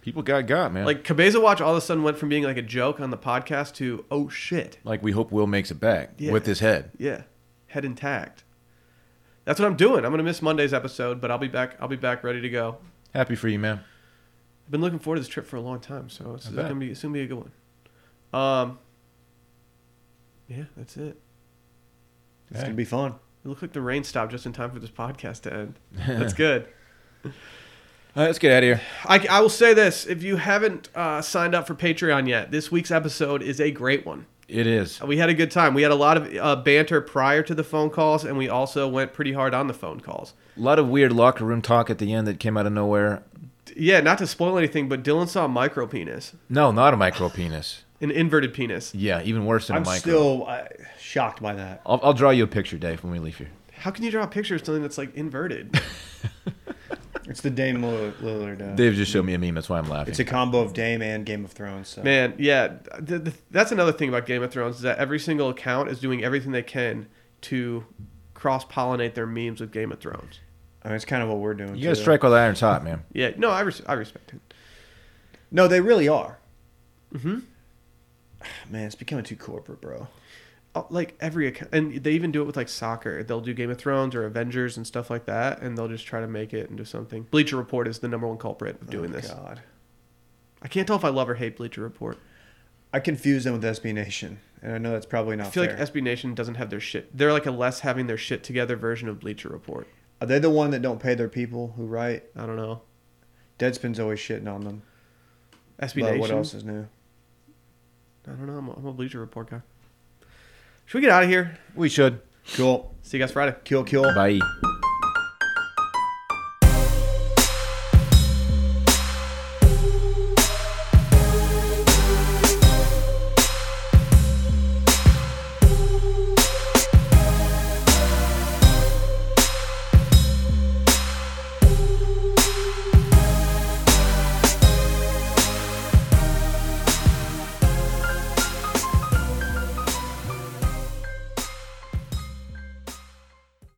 People got got, man.
Like Cabeza Watch, all of a sudden went from being like a joke on the podcast to oh shit,
Like we hope Will makes it back
Yeah.
with his head.
yeah, head intact. That's what I'm doing. I'm gonna miss Monday's episode, but I'll be back. I'll be back ready to go.
Happy for you, man.
I've been looking forward to this trip for a long time, so it's,
I
it's
bet.
gonna be it's gonna be a good one. Um, yeah, that's it.
It's gonna be fun.
It looked like the rain stopped just in time for this podcast to end. That's good.
All right, let's get out of here.
I, I will say this if you haven't uh, signed up for Patreon yet, this week's episode is a great one.
It is.
We had a good time. We had a lot of uh, banter prior to the phone calls, and we also went pretty hard on the phone calls.
A lot of weird locker room talk at the end that came out of nowhere.
D- Yeah, not to spoil anything, but Dylan saw a micro penis,
No, not a micro penis.
an inverted penis.
Yeah, even worse than
I'm
a micro.
still uh, shocked by that.
I'll, I'll draw you a picture, Dave, when we leave here.
How can you draw a picture of something that's like inverted?
It's the Dame Lil- Lillard. Uh,
Dave just showed me a meme. That's why I'm laughing.
it's a combo of Dame and Game of Thrones. So.
Man, yeah. th th that's another thing about Game of Thrones is that every single account is doing everything they can to cross pollinate their memes with Game of Thrones.
I mean, it's kind of what we're doing.
you gotta
too.
strike while the iron's hot, man.
Yeah, no, I, res- I respect it.
No, they really are. Mm-hmm. Man, it's becoming too corporate, bro. Oh
uh, like every account, and they even do it with like soccer. They'll do Game of Thrones or Avengers and stuff like that, and they'll just try to make it into something. Bleacher Report is the number one culprit of doing
Oh,
this.
God,
I can't tell if I love or hate Bleacher Report.
I confuse them with SB Nation, and I know that's probably not
I feel
Oh, fair.
like SB Nation doesn't have their shit. They're like a less having their shit together version of Bleacher Report.
are they the one that don't pay their people who write?
I don't know.
Deadspin's always shitting on them.
SB
but
Nation.
what else is new?
I don't know. I'm a, I'm a Bleacher Report guy. Should we get out of here?
We should.
Cool.
See you guys Friday.
Kill, kill.
Bye.